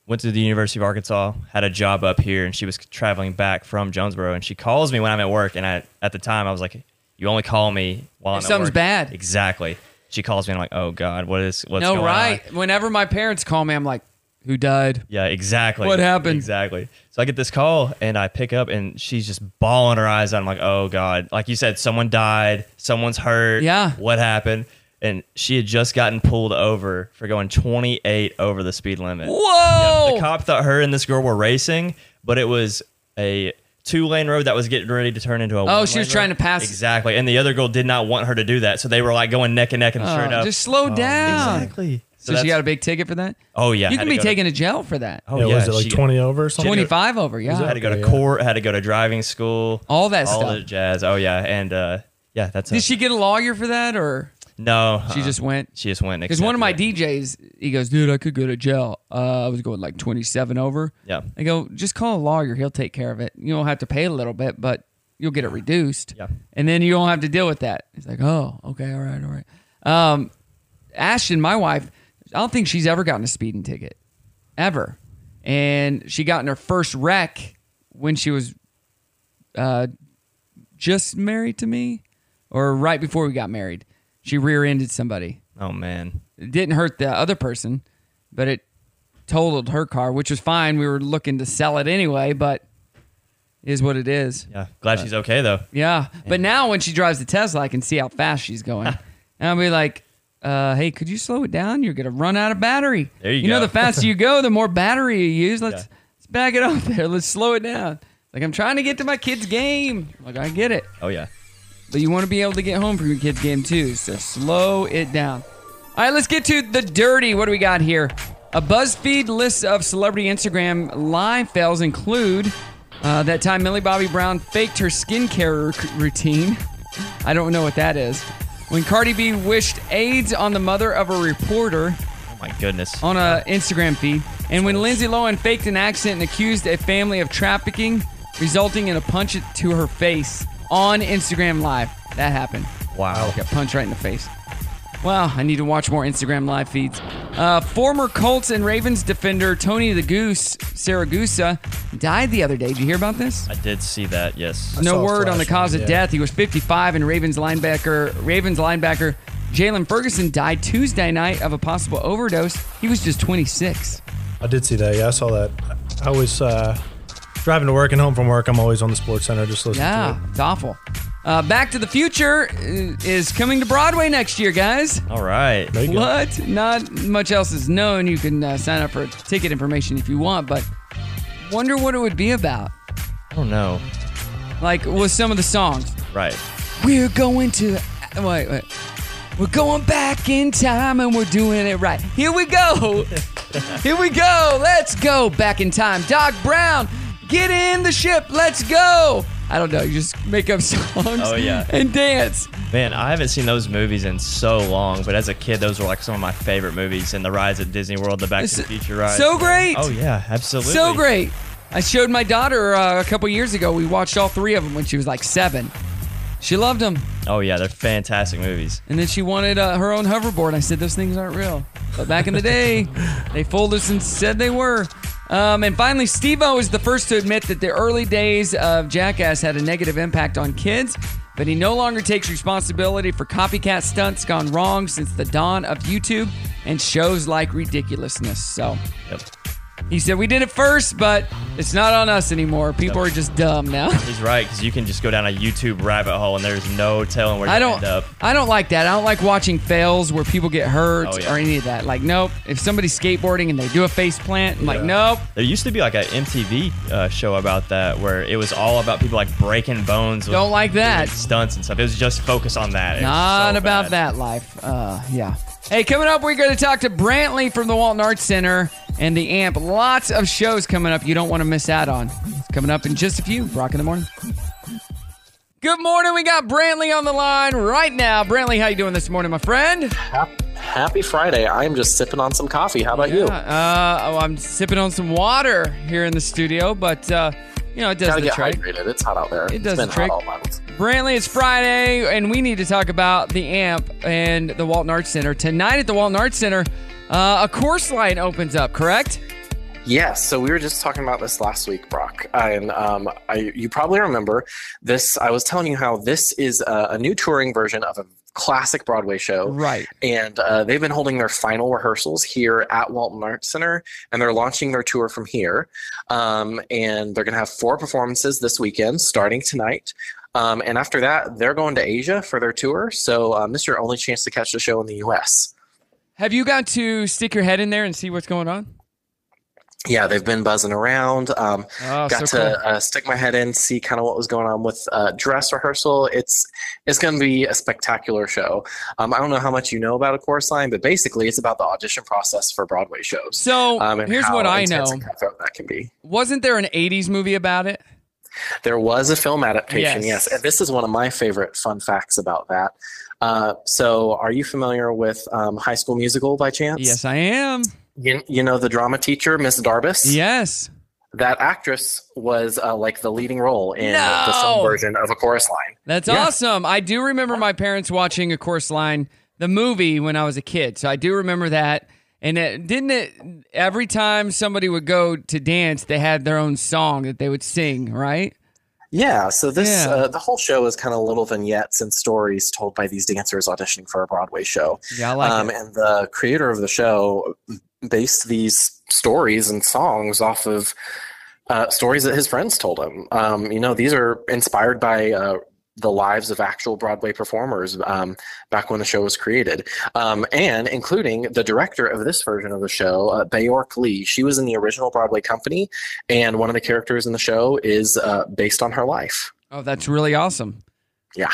[SPEAKER 7] went to the University of Arkansas, had a job up here, and she was traveling back from Jonesboro. And she calls me when I'm at work, and I at the time I was like, "You only call me while I'm
[SPEAKER 1] If
[SPEAKER 7] at
[SPEAKER 1] something's
[SPEAKER 7] work."
[SPEAKER 1] bad.
[SPEAKER 7] Exactly. She calls me, and I'm like, "Oh God, what is what's
[SPEAKER 1] no,
[SPEAKER 7] going on?"
[SPEAKER 1] right. Whenever my parents call me, I'm like, who died.
[SPEAKER 7] Yeah, exactly.
[SPEAKER 1] What happened?
[SPEAKER 7] Exactly. So I get this call and I pick up and she's just bawling her eyes out. I'm like, oh God. Like you said, someone died, someone's hurt. Yeah. What happened? And she had just gotten pulled over for going 28 over the speed limit.
[SPEAKER 1] Whoa.
[SPEAKER 7] Yep. The cop thought her and this girl were racing, but it was a two lane road that was getting ready to turn into a
[SPEAKER 1] Oh, she
[SPEAKER 7] one-lane
[SPEAKER 1] was trying
[SPEAKER 7] road.
[SPEAKER 1] to pass-
[SPEAKER 7] Exactly. And the other girl did not want her to do that. So they were like going neck and neck and
[SPEAKER 1] Oh,
[SPEAKER 7] sure enough.
[SPEAKER 1] just slow down.
[SPEAKER 7] Exactly.
[SPEAKER 1] So,
[SPEAKER 7] So
[SPEAKER 1] she
[SPEAKER 7] that's-
[SPEAKER 1] got a big ticket for that.
[SPEAKER 7] Oh, yeah,
[SPEAKER 1] you
[SPEAKER 7] had
[SPEAKER 1] can
[SPEAKER 7] to
[SPEAKER 1] be
[SPEAKER 7] go to-
[SPEAKER 1] taken to, jail for that.
[SPEAKER 7] Oh, yeah, she-
[SPEAKER 8] over or
[SPEAKER 7] something?
[SPEAKER 1] Twenty five over. Yeah,
[SPEAKER 7] Had to go to court, had to go to driving school.
[SPEAKER 1] All that
[SPEAKER 7] all
[SPEAKER 1] stuff.
[SPEAKER 7] the jazz. Oh yeah, and uh, yeah, that's
[SPEAKER 1] Did
[SPEAKER 7] it.
[SPEAKER 1] she get a lawyer for that or?
[SPEAKER 7] No, uh,
[SPEAKER 1] She just went.
[SPEAKER 7] She just went
[SPEAKER 1] Because one of my DJs, he goes, dude, I could go to jail. Uh, I was going like 27 over.
[SPEAKER 7] Yeah.
[SPEAKER 1] I go, just call a lawyer. He'll take care of it. You don't have to pay a little bit, but you'll get it reduced. Yeah. And then you don't have to deal with that. He's like, oh, okay, all right, all right. Um, Ashton, my wife, I don't think she's ever gotten a speeding ticket, ever. And she got in her first wreck when she was uh, just married to me, or right before we got married. She rear-ended somebody.
[SPEAKER 7] Oh man!
[SPEAKER 1] It didn't hurt the other person, but it totaled her car, which was fine. We were looking to sell it anyway, but it is what it is.
[SPEAKER 7] Yeah. Glad she's okay though.
[SPEAKER 1] Yeah. But now when she drives the Tesla, I can see how fast she's going. and I'll be like, uh, hey, could you slow it down? You're going to run out of battery.
[SPEAKER 7] There you
[SPEAKER 1] know,
[SPEAKER 7] go.
[SPEAKER 1] the faster you go, the more battery you use. Let's, let's back it up there. Let's slow it down. Like, I'm trying to get to my kid's game. Like, I get it.
[SPEAKER 7] Oh yeah.
[SPEAKER 1] But you want to be able to get home from your kid's game too, so slow it down. All right, let's get to the dirty. What do we got here? A BuzzFeed list of celebrity Instagram lie fails include uh, that time Millie Bobby Brown faked her skincare r- routine. I don't know what that is. When Cardi B wished AIDS on the mother of a reporter
[SPEAKER 7] Oh my goodness.
[SPEAKER 1] on a Instagram feed, and when Lindsay Lohan faked an accident and accused a family of trafficking, resulting in a punch to her face on Instagram Live. That happened.
[SPEAKER 7] Wow.
[SPEAKER 1] Got punched right in the face. Wow, I need to watch more Instagram live feeds. Uh, former Colts and Ravens defender Tony the Goose Saragusa died the other day. Did you hear about this?
[SPEAKER 7] I did see that. Yes.
[SPEAKER 1] no word on the cause of death. He was 55, and Ravens linebacker Ravens linebacker Jalen Ferguson died Tuesday night of a possible overdose. He was just 26.
[SPEAKER 8] I did see that. Yeah, I saw that. I was uh, driving to work and home from work. I'm always on the Sports Center just listening
[SPEAKER 1] Yeah,
[SPEAKER 8] to it.
[SPEAKER 1] it's awful. Uh, Back to the Future uh, is coming to Broadway next year, guys.
[SPEAKER 7] All right.
[SPEAKER 1] What? Not much else is known. You can uh, sign up for ticket information if you want, but wonder what it would be about.
[SPEAKER 7] I don't know.
[SPEAKER 1] Like with some of the songs.
[SPEAKER 7] Right.
[SPEAKER 1] We're going to. uh, Wait, wait. We're going back in time and we're doing it right. Here we go. Here we go. Let's go back in time. Doc Brown, get in the ship. Let's go. I don't know. You just make up songs
[SPEAKER 7] Oh, yeah.
[SPEAKER 1] and dance.
[SPEAKER 7] Man, I haven't seen those movies in so long, but as a kid, those were like some of my favorite movies. And the rides at Disney World, the Back to the Future ride.
[SPEAKER 1] so great.
[SPEAKER 7] Oh yeah, absolutely.
[SPEAKER 1] So great. I showed my daughter uh, a couple years ago. We watched all three of them when she was like seven. She loved them.
[SPEAKER 7] Oh yeah, they're fantastic movies.
[SPEAKER 1] And then she wanted uh, her own hoverboard. I said, those things aren't real. But back in the day, they fooled us and said they were. Um, and finally, Steve O is the first to admit that the early days of Jackass had a negative impact on kids, but he no longer takes responsibility for copycat stunts gone wrong since the dawn of YouTube and shows like Ridiculousness. So he said, We did it first, but it's not on us anymore. People are just dumb now.
[SPEAKER 7] He's right because you can just go down a YouTube rabbit hole and there's no telling where you
[SPEAKER 1] I don't.
[SPEAKER 7] end up.
[SPEAKER 1] I don't like that. I don't like watching fails where people get hurt
[SPEAKER 7] Oh, yeah.
[SPEAKER 1] or any of that. Like, nope. If somebody's skateboarding and they do a face plant, I'm like, nope.
[SPEAKER 7] There used to be like a MTV uh, show about that where it was all about people like breaking bones. with
[SPEAKER 1] Don't like that.
[SPEAKER 7] doing Stunts and stuff. It was just focus on that. It was
[SPEAKER 1] Not
[SPEAKER 7] so
[SPEAKER 1] about
[SPEAKER 7] bad.
[SPEAKER 1] that life. Uh, yeah. Hey, coming up, we're going to talk to Brantley from the Walton Arts Center and the AMP. Lots of shows coming up you don't want to miss out on. It's coming up in just a few. Rock in the morning. Good morning. We got Brantley on the line right now. Brantley, how you doing this morning, my friend?
[SPEAKER 2] Happy Friday. I am just sipping on some coffee. How about you?
[SPEAKER 1] Yeah, uh, oh, I'm sipping on some water here in the studio, but uh, you know it does
[SPEAKER 2] Gotta
[SPEAKER 1] the
[SPEAKER 2] get
[SPEAKER 1] trick.
[SPEAKER 2] hydrated. It's hot out there.
[SPEAKER 1] It
[SPEAKER 2] It's
[SPEAKER 1] does
[SPEAKER 2] been
[SPEAKER 1] the trick.
[SPEAKER 2] hot all month.
[SPEAKER 1] Brantley, it's Friday, and we need to talk about the AMP and the Walton Arts Center tonight at the Walton Arts Center. Uh, a course line opens up, correct?
[SPEAKER 2] Yeah, so we were just talking about this last week, Brock, and um, I, you probably remember this. I was telling you how this is a, a new touring version of a classic Broadway show.
[SPEAKER 1] Right.
[SPEAKER 2] And uh, they've been holding their final rehearsals here at Walton Arts Center, and they're launching their tour from here. Um, and they're going to have four performances this weekend, starting tonight. Um, and after that, they're going to Asia for their tour. So um, this is your only chance to catch the show in the U.S.
[SPEAKER 1] Have you got to stick your head in there and see what's going on?
[SPEAKER 2] Yeah, they've been buzzing around. Um,
[SPEAKER 1] Oh,
[SPEAKER 2] got
[SPEAKER 1] so
[SPEAKER 2] to
[SPEAKER 1] cool.
[SPEAKER 2] uh, stick my head in, see kind of what was going on with uh, dress rehearsal. It's it's going to be a spectacular show. Um, I don't know how much you know about a chorus line, but basically, it's about the audition process for Broadway shows.
[SPEAKER 1] So,
[SPEAKER 2] and
[SPEAKER 1] here's
[SPEAKER 2] um, how
[SPEAKER 1] what I
[SPEAKER 2] intense
[SPEAKER 1] know.
[SPEAKER 2] and cutthroat that can be.
[SPEAKER 1] Wasn't there an 80s movie about it?
[SPEAKER 2] There was a film adaptation,
[SPEAKER 1] Yes.
[SPEAKER 2] yes. And this is one of my favorite fun facts about that. Uh, so, are you familiar with um, High School Musical by chance?
[SPEAKER 1] Yes, I am.
[SPEAKER 2] You, you know the drama teacher, Miss Darbus?
[SPEAKER 1] Yes.
[SPEAKER 2] That actress was uh, like the leading role in the
[SPEAKER 1] No.
[SPEAKER 2] film version of A Chorus Line.
[SPEAKER 1] That's
[SPEAKER 2] Yeah.
[SPEAKER 1] awesome. I do remember my parents watching A Course Line, the movie, when I was a kid. So I do remember that. And it, didn't it, every time somebody would go to dance, they had their own song that they would sing, right?
[SPEAKER 2] Yeah, so this uh, the whole show is kind of little vignettes and stories told by these dancers auditioning for a Broadway show.
[SPEAKER 1] Yeah, I like it.
[SPEAKER 2] Um, And the creator of the show based these stories and songs off of uh, stories that his friends told him. Um, you know, these are inspired by uh, the lives of actual Broadway performers um, back when the show was created, um, and including the director of this version of the show, uh, Bayork Lee. She was in the original Broadway company, and one of the characters in the show is uh, based on her life.
[SPEAKER 1] Oh, that's really awesome.
[SPEAKER 2] Yeah.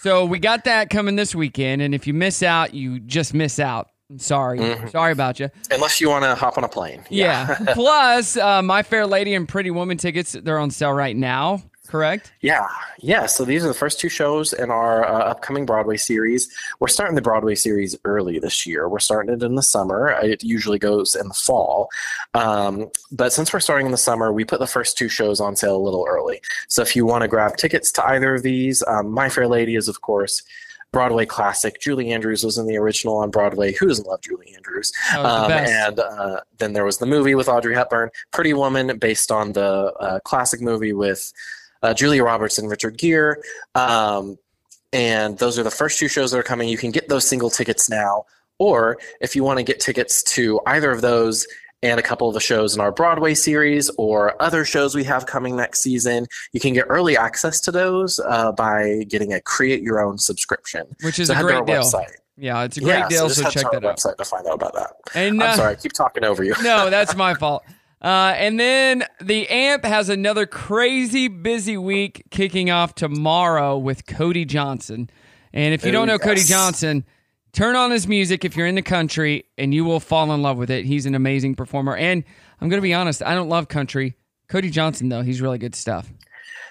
[SPEAKER 1] So we got that coming this weekend. And if you miss out, you just miss out. I'm sorry.
[SPEAKER 2] Mhm.
[SPEAKER 1] Sorry about you.
[SPEAKER 2] Unless you want to hop on a plane.
[SPEAKER 1] Mm-hmm. Yeah. Plus, uh, My Fair Lady and Pretty Woman tickets, they're on sale right now, correct?
[SPEAKER 2] Yeah, yeah. So these are the first two shows in our uh, upcoming Broadway series. We're starting the Broadway series early this year. We're starting it in the summer. It usually goes in the fall, um, but since we're starting in the summer, we put the first two shows on sale a little early. So if you want to grab tickets to either of these, um, My Fair Lady is of course. Broadway classic. Julie Andrews was in the original on Broadway. Who doesn't love Julie Andrews?
[SPEAKER 1] Oh, the best.
[SPEAKER 2] Um, and uh, then there was the movie with Audrey Hepburn, Pretty Woman, based on the uh, classic movie with uh, Julia Roberts and Richard Gere. Um, and those are the first two shows that are coming. You can get those single tickets now, or if you want to get tickets to either of those and a couple of the shows in our Broadway series or other shows we have coming next season, you can get early access to those uh, by getting a create your own subscription,
[SPEAKER 1] Which is
[SPEAKER 2] So
[SPEAKER 1] a
[SPEAKER 2] head to our
[SPEAKER 1] great deal.
[SPEAKER 2] Website.
[SPEAKER 1] Yeah, it's a great
[SPEAKER 2] Yeah,
[SPEAKER 1] deal.
[SPEAKER 2] just
[SPEAKER 1] So,
[SPEAKER 2] head to
[SPEAKER 1] check
[SPEAKER 2] our
[SPEAKER 1] that out.
[SPEAKER 2] website to find out about that.
[SPEAKER 1] And, uh,
[SPEAKER 2] I'm sorry, I keep talking over you.
[SPEAKER 1] no, that's my fault. Uh, and then the AMP has another crazy busy week kicking off tomorrow with Cody Johnson. And if you
[SPEAKER 3] Oh,
[SPEAKER 1] don't know Cody
[SPEAKER 3] yes.
[SPEAKER 1] Johnson, turn on his music if you're in the country and you will fall in love with it. He's an amazing performer. And I'm going to be honest, I don't love country. Cody Johnson, though, he's really good stuff.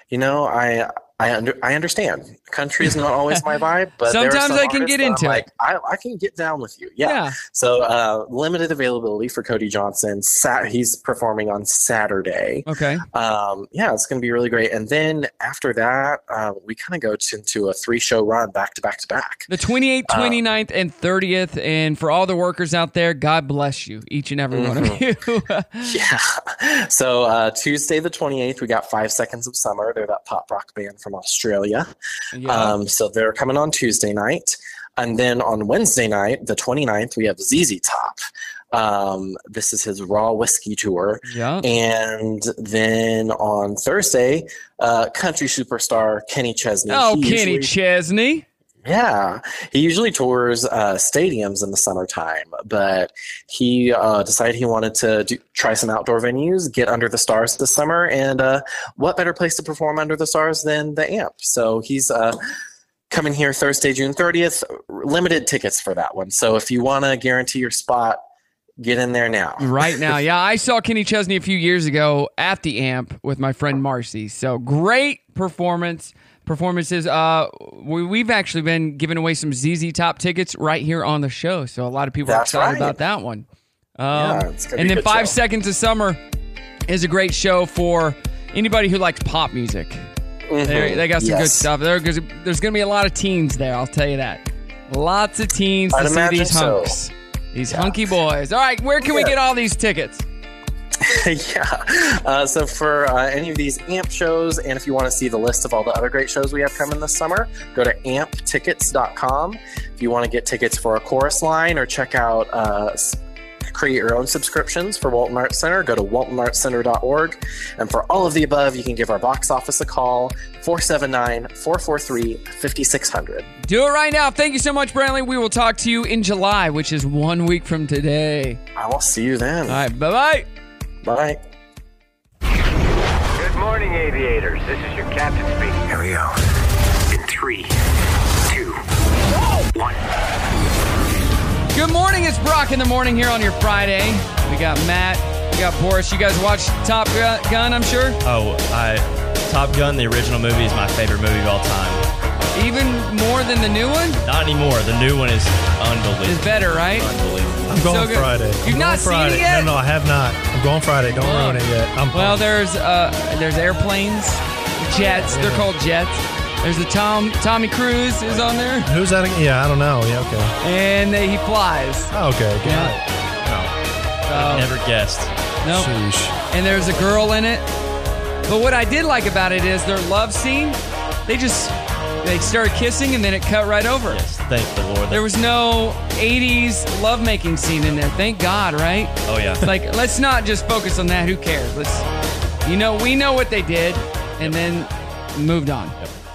[SPEAKER 2] You know, I I under, I understand. Country is not always my vibe, but there are
[SPEAKER 1] Sometimes
[SPEAKER 2] some
[SPEAKER 1] I can
[SPEAKER 2] artists
[SPEAKER 1] get
[SPEAKER 2] that I'm
[SPEAKER 1] into it.
[SPEAKER 2] like, I, I can get down with you. Yeah.
[SPEAKER 1] Yeah.
[SPEAKER 2] So uh, limited availability for Cody Johnson. Sat, he's performing on Saturday.
[SPEAKER 1] Okay.
[SPEAKER 2] Um, yeah, it's going to be really great. And then after that, uh, we kind of go to, into a three show run back to back to back.
[SPEAKER 1] The 28th,
[SPEAKER 2] Um,
[SPEAKER 1] 29th, and 30th. And for all the workers out there, God bless you, each and every one of you.
[SPEAKER 2] So uh, Tuesday the 28th, we got Five Seconds of Summer. They're that pop rock band from Australia.
[SPEAKER 1] Yeah.
[SPEAKER 2] Um, so they're coming on Tuesday night. And then on Wednesday night, the 29th, we have ZZ Top. Um, this is his Raw Whiskey Tour.
[SPEAKER 1] Yeah.
[SPEAKER 2] And then on Thursday, uh, country superstar Kenny Chesney.
[SPEAKER 1] Oh,
[SPEAKER 2] He
[SPEAKER 1] Kenny
[SPEAKER 2] usually-
[SPEAKER 1] Chesney.
[SPEAKER 2] yeah, he usually tours uh, stadiums in the summertime, but he uh, decided he wanted to do, try some outdoor venues, get under the stars this summer, and uh, what better place to perform under the stars than the AMP? So he's uh, coming here Thursday, June 30th. Limited tickets for that one. So if you want to guarantee your spot, get in there now.
[SPEAKER 1] Right now, yeah. I saw Kenny Chesney a few years ago at the amp with my friend Marcy. So great performance performances. Uh, we, we've actually been giving away some ZZ Top tickets right here on the show. So a lot of people
[SPEAKER 3] That's
[SPEAKER 1] are excited
[SPEAKER 3] right.
[SPEAKER 1] about that one. Um,
[SPEAKER 3] Yeah, it's gonna be
[SPEAKER 1] and
[SPEAKER 3] a
[SPEAKER 1] then
[SPEAKER 3] good
[SPEAKER 1] Five
[SPEAKER 3] show.
[SPEAKER 1] Seconds of Summer is a great show for anybody who likes pop music. They, they got some good
[SPEAKER 2] Yes.
[SPEAKER 1] stuff. There, there's going to be a lot of teens there. I'll tell you that. Lots of teens
[SPEAKER 2] I'd
[SPEAKER 1] to see
[SPEAKER 2] imagine
[SPEAKER 1] these
[SPEAKER 2] so.
[SPEAKER 1] hunks, these hunky boys. All right, where can we
[SPEAKER 2] Yeah.
[SPEAKER 1] get all these tickets?
[SPEAKER 2] yeah. Uh, so for uh, any of these AMP shows, and if you want to see the list of all the other great shows we have coming this summer, go to amptickets.com. If you want to get tickets for a chorus line or check out uh, s- create your own subscriptions for Walton Arts Center, go to waltonartscenter.org. And for all of the above, you can give our box office a call 479 443 5600.
[SPEAKER 1] Do it right now. Thank you so much, Brantley. We will talk to you in July, which is one week from today.
[SPEAKER 2] I will see you then. All
[SPEAKER 1] right. Bye
[SPEAKER 2] bye. Bye.
[SPEAKER 3] Good morning, aviators. This is your captain speaking. Here we go. In three, two, one.
[SPEAKER 1] Good morning. It's Brock in the morning here on your Friday. We got Matt. We got Boris. You guys watched Top Gu- Gun, I'm sure.
[SPEAKER 7] Oh, I Top Gun, the original movie, is my favorite movie of all time.
[SPEAKER 1] Even more than the new one?
[SPEAKER 7] Not anymore. The new one is unbelievable.
[SPEAKER 1] It's better, right?
[SPEAKER 7] Unbelievable.
[SPEAKER 8] I'm going
[SPEAKER 1] So good.
[SPEAKER 8] Friday.
[SPEAKER 1] You've
[SPEAKER 8] I'm
[SPEAKER 1] not
[SPEAKER 8] going
[SPEAKER 1] seen it
[SPEAKER 8] Friday.
[SPEAKER 1] yet?
[SPEAKER 8] No, no, I have not. I'm going Friday. Don't
[SPEAKER 1] Whoa.
[SPEAKER 8] ruin it yet. I'm
[SPEAKER 1] well, there's uh, there's airplanes, jets. They're called jets. There's the Tom Tommy Cruise is on there,
[SPEAKER 8] Who's that? ag- Yeah, I don't know. Yeah, okay.
[SPEAKER 1] and he flies.
[SPEAKER 8] Oh, okay, got
[SPEAKER 1] Yeah. Oh.
[SPEAKER 7] I never guessed.
[SPEAKER 1] Nope. And there's a girl in it. But what I did like about it is their love scene. They just they started kissing and then it cut right over.
[SPEAKER 7] Thank the Lord.
[SPEAKER 1] There was no 80s lovemaking scene in there. Thank God, right?
[SPEAKER 7] Oh, yeah.
[SPEAKER 1] It's like let's not just focus on that. Who cares? Let's you know we know what they did and then moved on.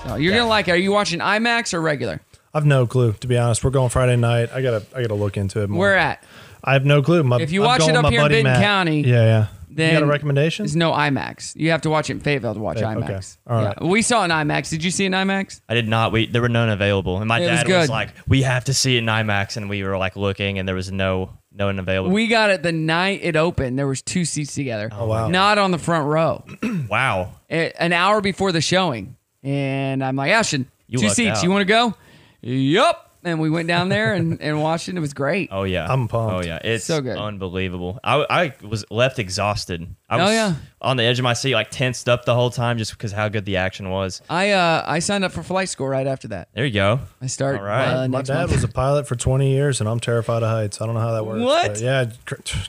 [SPEAKER 1] So you're gonna like it. Are you watching IMAX or regular?
[SPEAKER 8] I've no clue to be honest. We're going Friday night. I gotta, I gotta look into it. More.
[SPEAKER 1] Where at?
[SPEAKER 8] I have no clue. My,
[SPEAKER 1] If you
[SPEAKER 8] I'm
[SPEAKER 1] watch
[SPEAKER 8] going
[SPEAKER 1] it
[SPEAKER 8] with
[SPEAKER 1] up
[SPEAKER 8] my
[SPEAKER 1] here in
[SPEAKER 8] buddy
[SPEAKER 1] Benton
[SPEAKER 8] Matt.
[SPEAKER 1] County,
[SPEAKER 8] Yeah, yeah.
[SPEAKER 1] Then
[SPEAKER 8] you got a recommendation?
[SPEAKER 1] There's no IMAX. You have to watch it in Fayetteville to watch
[SPEAKER 7] Okay,
[SPEAKER 1] IMAX.
[SPEAKER 7] okay. All right.
[SPEAKER 1] Yeah. We saw an IMAX. Did you see an IMAX?
[SPEAKER 7] I did not. We there were none available, and my
[SPEAKER 1] It was
[SPEAKER 7] dad was,
[SPEAKER 1] good.
[SPEAKER 7] like, "We have to see it in IMAX," and we were like looking, and there was no no one available.
[SPEAKER 1] We got it the night it opened. There was two seats together. Oh
[SPEAKER 7] wow.
[SPEAKER 1] Not on the front row.
[SPEAKER 7] wow.
[SPEAKER 1] A- an hour before the showing, and I'm like, Ashton,
[SPEAKER 7] You
[SPEAKER 1] two
[SPEAKER 7] lucked
[SPEAKER 1] seats.
[SPEAKER 7] out.
[SPEAKER 1] You want to go? Yup. And we went down there and, and watched it. It was great.
[SPEAKER 7] Oh yeah,
[SPEAKER 8] I'm pumped.
[SPEAKER 7] Oh yeah, it's so good, unbelievable. I, I was left exhausted. I
[SPEAKER 1] Oh,
[SPEAKER 7] was
[SPEAKER 1] yeah.
[SPEAKER 7] on the edge of my seat, like tensed up the whole time, just because how good the action was.
[SPEAKER 1] I uh I signed up for flight school right after that.
[SPEAKER 7] There you go.
[SPEAKER 1] I started.
[SPEAKER 7] All right.
[SPEAKER 1] uh,
[SPEAKER 8] My
[SPEAKER 1] next
[SPEAKER 8] dad
[SPEAKER 1] month.
[SPEAKER 8] was a pilot for 20 years, and I'm terrified of heights. I don't know how that works.
[SPEAKER 1] What?
[SPEAKER 8] but Yeah. cr- t-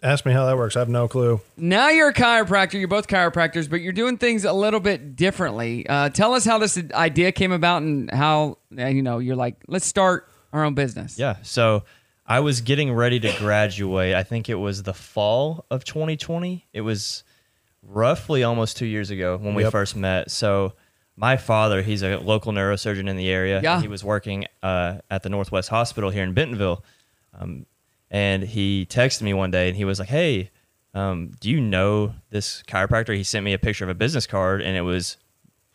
[SPEAKER 8] Ask me how that works. I have no clue.
[SPEAKER 1] Now you're a chiropractor. You're both chiropractors, but you're doing things a little bit differently. Uh, tell us how this idea came about and how uh, you know you're like, let's start our own business.
[SPEAKER 7] Yeah. So I was getting ready to graduate. I think it was the fall of 2020. It was roughly almost two years ago when we
[SPEAKER 1] Yep.
[SPEAKER 7] first met. So my father, he's a local neurosurgeon in the area.
[SPEAKER 1] Yeah.
[SPEAKER 7] He was working uh, at the Northwest Hospital here in Bentonville. Um, and he texted me one day and he was like, Hey, um, do you know this chiropractor? He sent me a picture of a business card and it was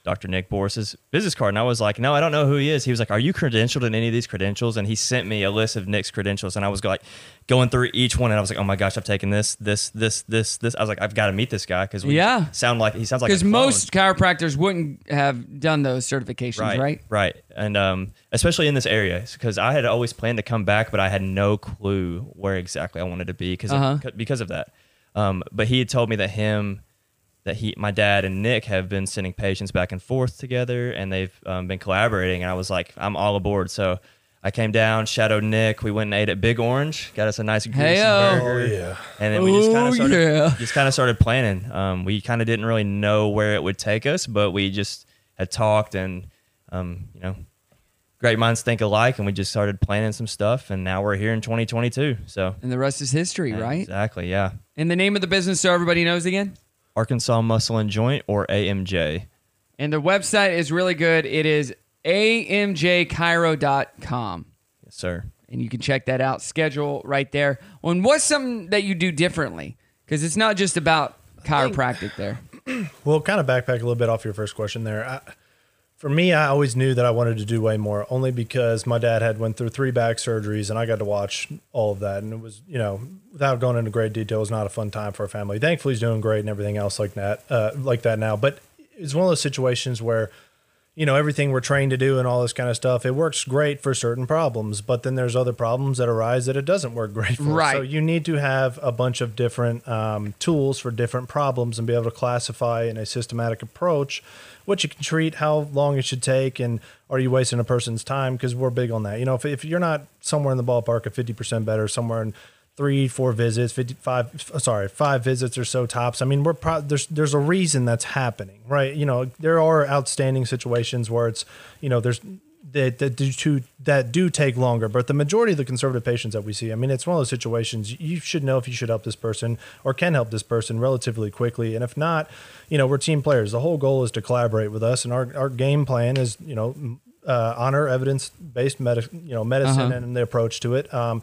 [SPEAKER 7] Dr. Nick Boris's business card. And I was like, no, I don't know who he is. He was like, are you credentialed in any of these credentials? And he sent me a list of Nick's credentials. And I was like going through each one. And I was like, oh my gosh, I've taken this, this, this, this, this. I was like, I've got to meet this guy because we
[SPEAKER 1] Yeah.
[SPEAKER 7] sound like he sounds like a
[SPEAKER 1] Because
[SPEAKER 7] clone.
[SPEAKER 1] most chiropractors wouldn't have done those certifications, right?
[SPEAKER 7] Right. And um, especially in this area, because I had always planned to come back, but I had no clue where exactly I wanted to be because
[SPEAKER 1] Uh-huh.
[SPEAKER 7] of, because of that. Um, but he had told me that him, that he, my dad and Nick have been sending patients back and forth together, and they've um, been collaborating. And I was like, I'm all aboard. So I came down, shadowed Nick. We went and ate at Big Orange, got us a nice greasy
[SPEAKER 1] Heyo.
[SPEAKER 7] burger.
[SPEAKER 1] Oh, yeah.
[SPEAKER 7] And then we just kind
[SPEAKER 1] Oh,
[SPEAKER 7] of started,
[SPEAKER 1] yeah.
[SPEAKER 7] just kind of started planning. Um, we kind of didn't really know where it would take us, but we just had talked and, um, you know, great minds think alike. And we just started planning some stuff. And now we're here in 2022. So,
[SPEAKER 1] And the rest is history, right?
[SPEAKER 7] exactly. Yeah.
[SPEAKER 1] And the name of the business, so everybody knows again.
[SPEAKER 7] Arkansas Muscle and Joint or AMJ.
[SPEAKER 1] And the website is really good. It is amjchiro.com.
[SPEAKER 7] Yes, sir.
[SPEAKER 1] And you can check that out. Schedule right there. And what's something that you do differently? Because it's not just about chiropractic there.
[SPEAKER 8] Well, kind of backpack a little bit off your first question there. I, for me, I always knew that I wanted to do way more, only because my dad had went through three back surgeries, and I got to watch all of that. And it was, you know, without going into great detail, it was not a fun time for a family. Thankfully, he's doing great and everything else like that, uh, like that now. But it's one of those situations where you know everything we're trained to do and all this kind of stuff it works great for certain problems but then there's other problems that arise that it doesn't work great for
[SPEAKER 1] Right.
[SPEAKER 8] so you need to have a bunch of different um, tools for different problems and be able to classify in a systematic approach what you can treat how long it should take and are you wasting a person's time because we're big on that you know if, if you're not somewhere in the ballpark of 50% better somewhere in three, four visits, 55, sorry, five visits or so tops. I mean, we're pro- there's there's a reason that's happening, right? You know, there are outstanding situations where it's, you know, there's that that do to, that do take longer, but the majority of the conservative patients that we see, I mean, it's one of those situations you should know if you should help this person or can help this person relatively quickly, and if not, you know, we're team players. The whole goal is to collaborate with us, and our our game plan is, you know. Uh, honor evidence-based medi- you know, medicine
[SPEAKER 4] Uh-huh.
[SPEAKER 8] and the approach to it. Um,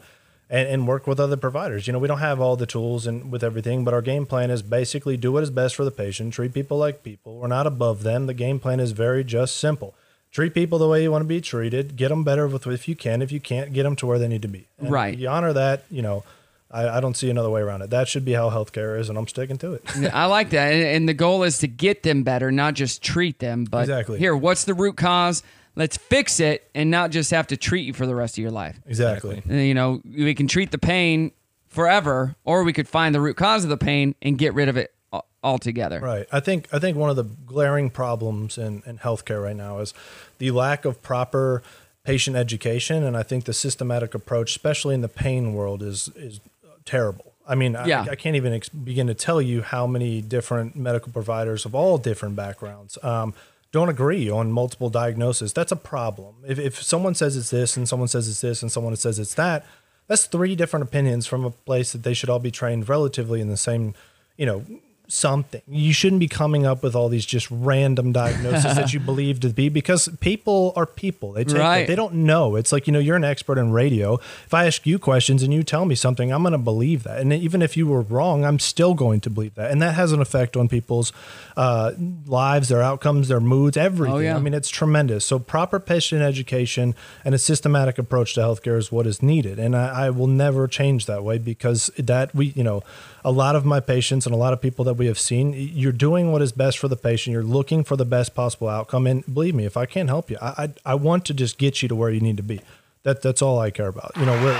[SPEAKER 8] and, and work with other providers. You know, we don't have all the tools and with everything, but our game plan is basically do what is best for the patient, treat people like people. We're not above them. The game plan is very just simple. Treat people the way you want to be treated, get them better with if you can. If you can't, get them to where they need to be. And
[SPEAKER 1] Right.
[SPEAKER 8] You honor that, you know, I, I don't see another way around it. That should be how healthcare is, and I'm sticking to it.
[SPEAKER 1] Yeah, I like that. And, and the goal is to get them better, not just treat them. But
[SPEAKER 8] Exactly.
[SPEAKER 1] here, what's the root cause? Let's fix it and not just have to treat you for the rest of your life.
[SPEAKER 8] Exactly.
[SPEAKER 1] And, you know, we can treat the pain forever, or we could find the root cause of the pain and get rid of it al- altogether.
[SPEAKER 8] Right. I think I think one of the glaring problems in, in healthcare right now is the lack of proper patient education, and I think the systematic approach, especially in the pain world, is is terrible. I mean,
[SPEAKER 1] Yeah.
[SPEAKER 8] I, I can't even ex- begin to tell you how many different medical providers of all different backgrounds um, don't agree on multiple diagnoses. That's a problem. If, if someone says it's this, and someone says it's this, and someone says it's that, that's three different opinions from a place that they should all be trained relatively in the same, you know, something. You shouldn't be coming up with all these just random diagnoses that you believe to be because people are people. They take
[SPEAKER 1] Right.
[SPEAKER 8] they don't know. It's like, you know, you're an expert in radio. If I ask you questions and you tell me something, I'm going to believe that. And even if you were wrong, I'm still going to believe that. And that has an effect on people's uh, lives, their outcomes, their moods, everything.
[SPEAKER 1] yeah.
[SPEAKER 8] I mean, it's tremendous. So, proper patient education and a systematic approach to healthcare is what is needed. And I, I will never change that way because that we, you know, a lot of my patients and a lot of people that we have seen, you're doing what is best for the patient. You're looking for the best possible outcome. And believe me, if I can't help you, I, I, I want to just get you to where you need to be. That, that's all I care about. You know, we're,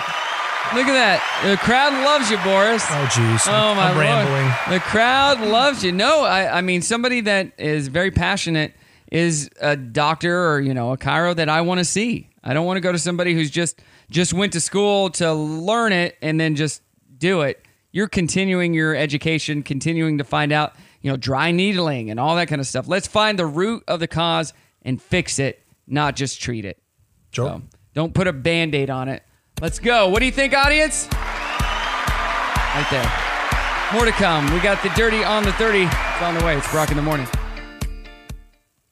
[SPEAKER 1] Look at that. The crowd loves you, Boris.
[SPEAKER 8] Oh, jeez.
[SPEAKER 1] Oh,
[SPEAKER 8] I'm-
[SPEAKER 1] my
[SPEAKER 8] I'm
[SPEAKER 1] Lord.
[SPEAKER 8] rambling.
[SPEAKER 1] The crowd loves you. No, I, I mean, somebody that is very passionate is a doctor or, you know, a chiro that I want to see. I don't want to go to somebody who's just just went to school to learn it and then just do it. You're continuing your education, continuing to find out, you know, dry needling and all that kind of stuff. Let's find the root of the cause and fix it, not just treat it.
[SPEAKER 8] Sure.
[SPEAKER 1] So, don't put a band aid on it. Let's go. What do you think, audience? Right there. More to come. We got the dirty on the 30. It's on the way. It's Brock in the morning.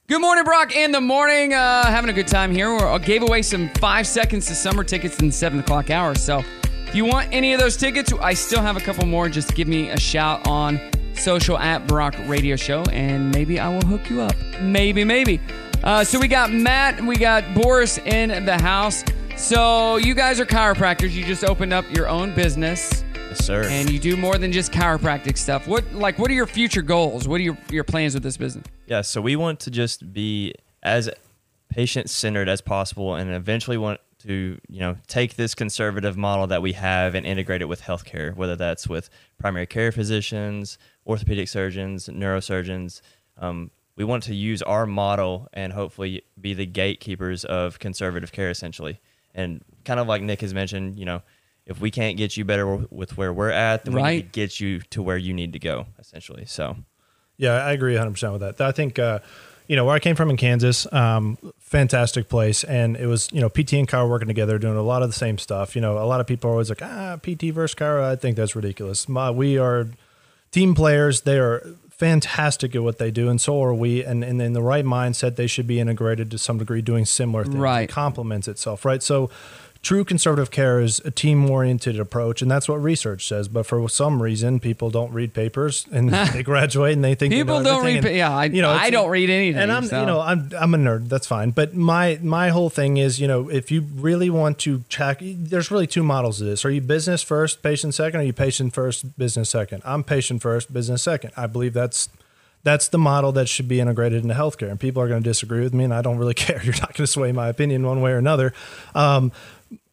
[SPEAKER 1] Good morning, Brock in the morning. Uh, having a good time here. We are gave away some five seconds to summer tickets in the seven o'clock hour. So if you want any of those tickets, I still have a couple more. Just give me a shout on social at Brock Radio Show and maybe I will hook you up. Maybe, maybe. Uh, so we got Matt, we got Boris in the house. So you guys are chiropractors. You just opened up your own business.
[SPEAKER 7] Yes, sir.
[SPEAKER 1] And you do more than just chiropractic stuff. What like what are your future goals? What are your, your plans with this business?
[SPEAKER 7] Yeah, so we want to just be as patient centered as possible and eventually want to, you know, take this conservative model that we have and integrate it with healthcare, whether that's with primary care physicians, orthopedic surgeons, neurosurgeons. Um, we want to use our model and hopefully be the gatekeepers of conservative care essentially. And kind of like Nick has mentioned, you know, if we can't get you better with where we're at, then we need
[SPEAKER 8] Right.
[SPEAKER 7] to get you to where you need to go essentially. So
[SPEAKER 8] Yeah, I agree 100% with that. I think, uh, you know, where I came from in Kansas, um, fantastic place. And it was, you know, PT and Cairo working together, doing a lot of the same stuff. You know, a lot of people are always like, ah, PT versus Cairo. I think that's ridiculous. My, we are team players. They are fantastic at what they do. And so are we. And, and in the right mindset, they should be integrated to some degree, doing similar things. Right. It complements itself. Right. So, True conservative care is a team oriented approach, and that's what research says. But for some reason, people don't read papers and they graduate and they think they
[SPEAKER 1] People
[SPEAKER 8] know
[SPEAKER 1] don't
[SPEAKER 8] everything.
[SPEAKER 1] read.
[SPEAKER 8] And,
[SPEAKER 1] pa- yeah, I,
[SPEAKER 8] you know,
[SPEAKER 1] I
[SPEAKER 8] it's-
[SPEAKER 1] don't read anything.
[SPEAKER 8] and I'm
[SPEAKER 1] so.
[SPEAKER 8] you know I'm I'm a nerd. That's fine. But my my whole thing is you know if you really want to check, there's really two models of this. Are you business first, patient second? Or are you patient first, business second? I'm patient first, business second. I believe that's that's the model that should be integrated into healthcare. And people are going to disagree with me, and I don't really care. You're not going to sway my opinion one way or another. Um,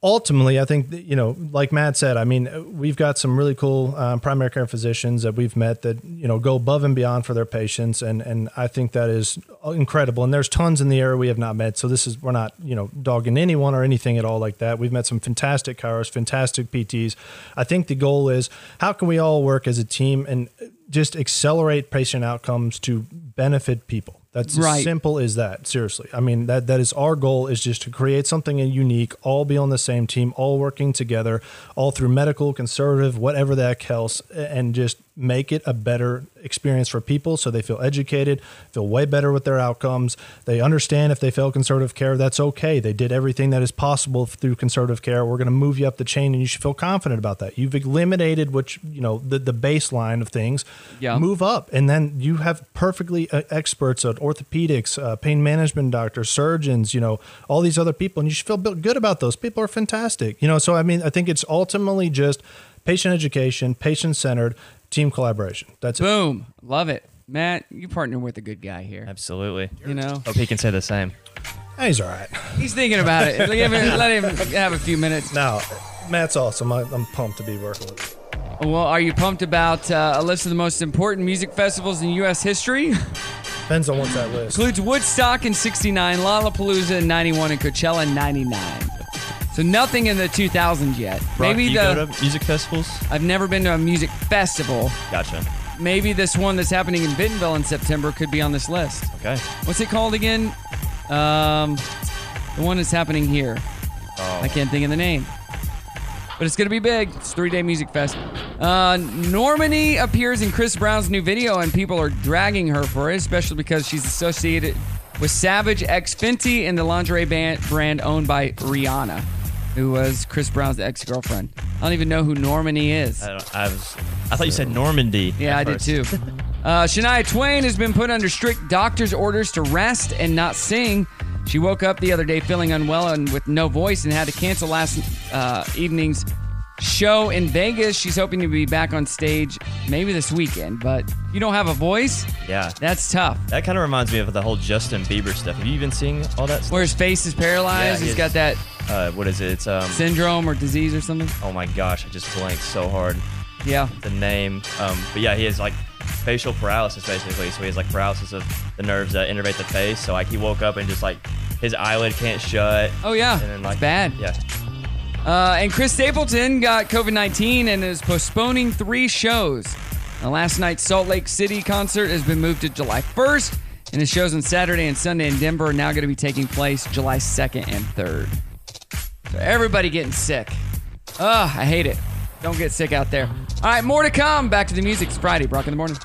[SPEAKER 8] ultimately, I think that, you know, like Matt said, I mean, we've got some really cool um, primary care physicians that we've met that you know go above and beyond for their patients, and and I think that is incredible. And there's tons in the area we have not met, so this is we're not you know dogging anyone or anything at all like that. We've met some fantastic chiros, fantastic PTs. I think the goal is how can we all work as a team and just accelerate patient outcomes to benefit people. That's
[SPEAKER 1] Right.
[SPEAKER 8] as simple as that. Seriously, I mean that that is our goal is just to create something unique, all be on the same team, all working together, all through medical, conservative, whatever the heck else, and just make it a better experience for people so they feel educated, feel way better with their outcomes. They understand if they fail conservative care, that's okay. They did everything that is possible through conservative care. We're going to move you up the chain, and you should feel confident about that. You've eliminated which you know the the baseline of things.
[SPEAKER 1] Yeah.
[SPEAKER 8] Move up, and then you have perfectly uh, experts at orthopedics, uh, pain management doctors, surgeons. You know all these other people, and you should feel bu- good about those. People are fantastic. You know, so I mean, I think it's ultimately just patient education, patient centered, team collaboration. That's it.
[SPEAKER 1] Boom. Love it. Matt, you partner with a good guy here.
[SPEAKER 7] Absolutely.
[SPEAKER 1] You know?
[SPEAKER 7] Hope he can say the same.
[SPEAKER 8] He's all right.
[SPEAKER 1] He's thinking about it. Let him, let him have a few minutes.
[SPEAKER 8] No, Matt's awesome. I, I'm pumped to be working with him.
[SPEAKER 1] Well, are you pumped about uh, a list of the most important music festivals in U.S. history?
[SPEAKER 8] Depends on what's that list.
[SPEAKER 1] Includes Woodstock in 69, Lollapalooza in 91, and Coachella in 99. So nothing in the 2000s yet.
[SPEAKER 7] Brock,
[SPEAKER 1] Maybe
[SPEAKER 7] do you
[SPEAKER 1] the
[SPEAKER 7] go to music festivals?
[SPEAKER 1] I've never been to a music festival.
[SPEAKER 7] Gotcha.
[SPEAKER 1] Maybe this one that's happening in Bentonville in September could be on this list.
[SPEAKER 7] Okay.
[SPEAKER 1] What's it called again? Um, the one that's happening here.
[SPEAKER 7] Oh.
[SPEAKER 1] I can't think of the name. But it's going to be big. It's three day music fest. Uh, Normani appears in Chris Brown's new video, and people are dragging her for it, especially because she's associated with Savage X Fenty and the lingerie ban- brand owned by Rihanna, who was Chris Brown's ex girlfriend. I don't even know who Normani is.
[SPEAKER 7] I, don't, I was. I thought you said Normandy.
[SPEAKER 1] Yeah,
[SPEAKER 7] at
[SPEAKER 1] I did
[SPEAKER 7] first.
[SPEAKER 1] too. Uh, Shania Twain has been put under strict doctor's orders to rest and not sing. She woke up the other day feeling unwell and with no voice and had to cancel last uh, evening's show in Vegas. She's hoping to be back on stage maybe this weekend, but you don't have a voice?
[SPEAKER 7] Yeah.
[SPEAKER 1] That's tough.
[SPEAKER 7] That kind of reminds me of the whole Justin Bieber stuff. Have you even seen all that stuff?
[SPEAKER 1] Where his face is paralyzed,
[SPEAKER 7] Yeah,
[SPEAKER 1] he's
[SPEAKER 7] he
[SPEAKER 1] got
[SPEAKER 7] is.
[SPEAKER 1] that
[SPEAKER 7] Uh, what is it? It's um.
[SPEAKER 1] syndrome or disease or something.
[SPEAKER 7] Oh my gosh, I just blanked so hard.
[SPEAKER 1] Yeah.
[SPEAKER 7] The name. Um, but yeah, he has like facial paralysis basically. So he has like paralysis of the nerves that innervate the face. So like he woke up and just like his eyelid can't shut.
[SPEAKER 1] Oh, yeah.
[SPEAKER 7] And then like
[SPEAKER 1] It's bad.
[SPEAKER 7] Yeah.
[SPEAKER 1] Uh, and Chris Stapleton got COVID 19 and is postponing three shows. Now, last night's Salt Lake City concert has been moved to July 1st, and his shows on Saturday and Sunday in Denver are now going to be taking place July 2nd and 3rd. So everybody getting sick. Ugh, I hate it. Don't get sick out there. All right, more to come. Back to the music. It's Friday, Brock in the morning.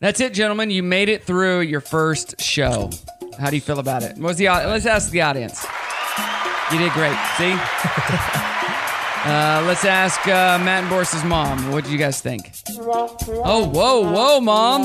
[SPEAKER 1] That's it, gentlemen. You made it through your first show. How do you feel about it? What's the? au- Let's ask the audience. You did great. See. uh, let's ask uh, Matt and Boris's mom. What do you guys think? Oh, whoa, whoa, mom!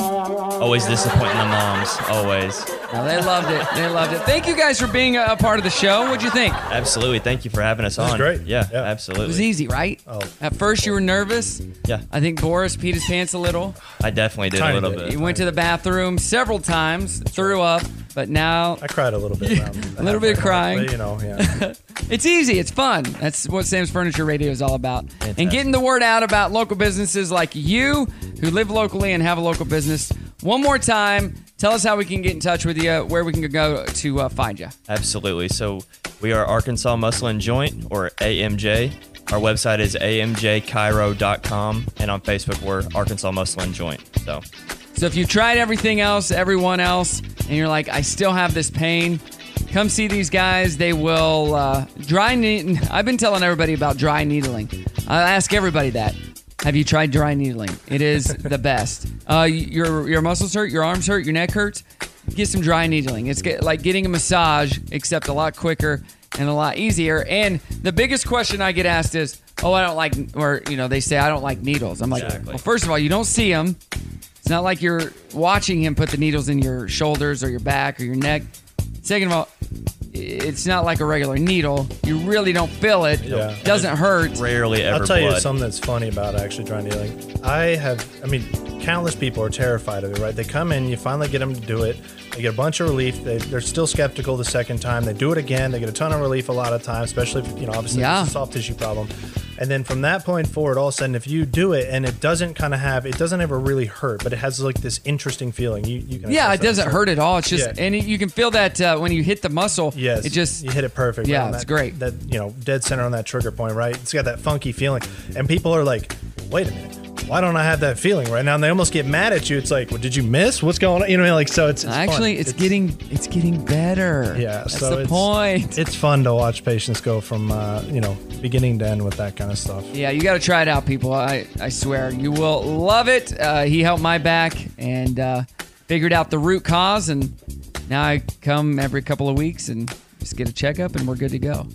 [SPEAKER 7] Always disappointing the moms. Always.
[SPEAKER 1] Oh, they loved it. They loved it. Thank you guys for being a, a part of the show. What'd you think?
[SPEAKER 7] Absolutely. Thank you for having us
[SPEAKER 1] This is
[SPEAKER 7] on.
[SPEAKER 1] great.
[SPEAKER 7] Yeah,
[SPEAKER 1] It
[SPEAKER 7] Absolutely.
[SPEAKER 1] was easy, right? Oh. At first, you were nervous.
[SPEAKER 7] Yeah.
[SPEAKER 1] I think Boris peed his pants a little.
[SPEAKER 7] I definitely did a little bit.
[SPEAKER 1] He went to the bathroom several times, threw up, but now I
[SPEAKER 8] cried a little bit.
[SPEAKER 1] a little bit of crying.
[SPEAKER 8] But, you know, yeah.
[SPEAKER 1] it's easy. It's fun. That's what Sam's Furniture Radio is all about. And getting the word out about local businesses like you who live locally and have a local business. One more time, tell us how we can get in touch with you, where we can go to uh, find you.
[SPEAKER 7] Absolutely. So we are Arkansas Muscle and Joint, or AMJ. Our website is amjcairo.com, and on Facebook we're Arkansas Muscle and Joint. So
[SPEAKER 1] So if you've tried everything else, everyone else, and you're like, I still have this pain, come see these guys. They will uh, dry. Ne- I've been telling everybody about dry needling. I ask everybody that. Have you tried dry needling? It is the best. Uh, your your muscles hurt, your arms hurt, your neck hurts. Get some dry needling. It's get, like getting a massage, except a lot quicker and a lot easier. And the biggest question I get asked is, "Oh, I don't like," or you know, they say, "I don't like needles." I'm like,
[SPEAKER 7] Exactly.
[SPEAKER 1] "Well, first of all, you don't see them. It's not like you're watching him put the needles in your shoulders or your back or your neck. Second of all, it's not like a regular needle. You really don't feel it.
[SPEAKER 8] Yeah.
[SPEAKER 1] Doesn't hurt.
[SPEAKER 7] rarely ever
[SPEAKER 8] I'll tell you
[SPEAKER 7] blood.
[SPEAKER 8] something that's funny about actually trying to like I have I mean countless people are terrified of it, right? They come in, you finally get them to do it. They get a bunch of relief. They, they're still skeptical the second time. They do it again. They get a ton of relief a lot of times, especially if, you know, obviously
[SPEAKER 1] Yeah.
[SPEAKER 8] it's a soft tissue problem. And then from that point forward, all of a sudden, if you do it and it doesn't kind of have, it doesn't ever really hurt, but it has like this interesting feeling. You, you can
[SPEAKER 1] Yeah, it
[SPEAKER 8] attach that
[SPEAKER 1] doesn't
[SPEAKER 8] to
[SPEAKER 1] hurt at all. It's just,
[SPEAKER 8] Yeah.
[SPEAKER 1] and you can feel that uh, when you hit the muscle.
[SPEAKER 8] Yes,
[SPEAKER 1] It just,
[SPEAKER 8] you hit it perfect.
[SPEAKER 1] Yeah,
[SPEAKER 8] on
[SPEAKER 1] it's
[SPEAKER 8] that-
[SPEAKER 1] great.
[SPEAKER 8] That you know, dead center on that trigger point, right? It's got that funky feeling, and people are like, "Wait a minute, why don't I have that feeling right now?" And they almost get mad at you. It's like, "Well, did you miss? What's going on?" You know, like so. It's, it's fun.
[SPEAKER 1] actually, it's, getting, it's getting better.
[SPEAKER 8] yeah.
[SPEAKER 1] That's
[SPEAKER 8] so
[SPEAKER 1] the
[SPEAKER 8] it's,
[SPEAKER 1] point.
[SPEAKER 8] It's fun to watch patients go from uh, you know beginning to end with that kind of stuff.
[SPEAKER 1] Yeah, you got to try it out, people. I, I swear, you will love it. Uh, he helped my back and uh, figured out the root cause, and now I come every couple of weeks and just get a checkup, and we're good to go.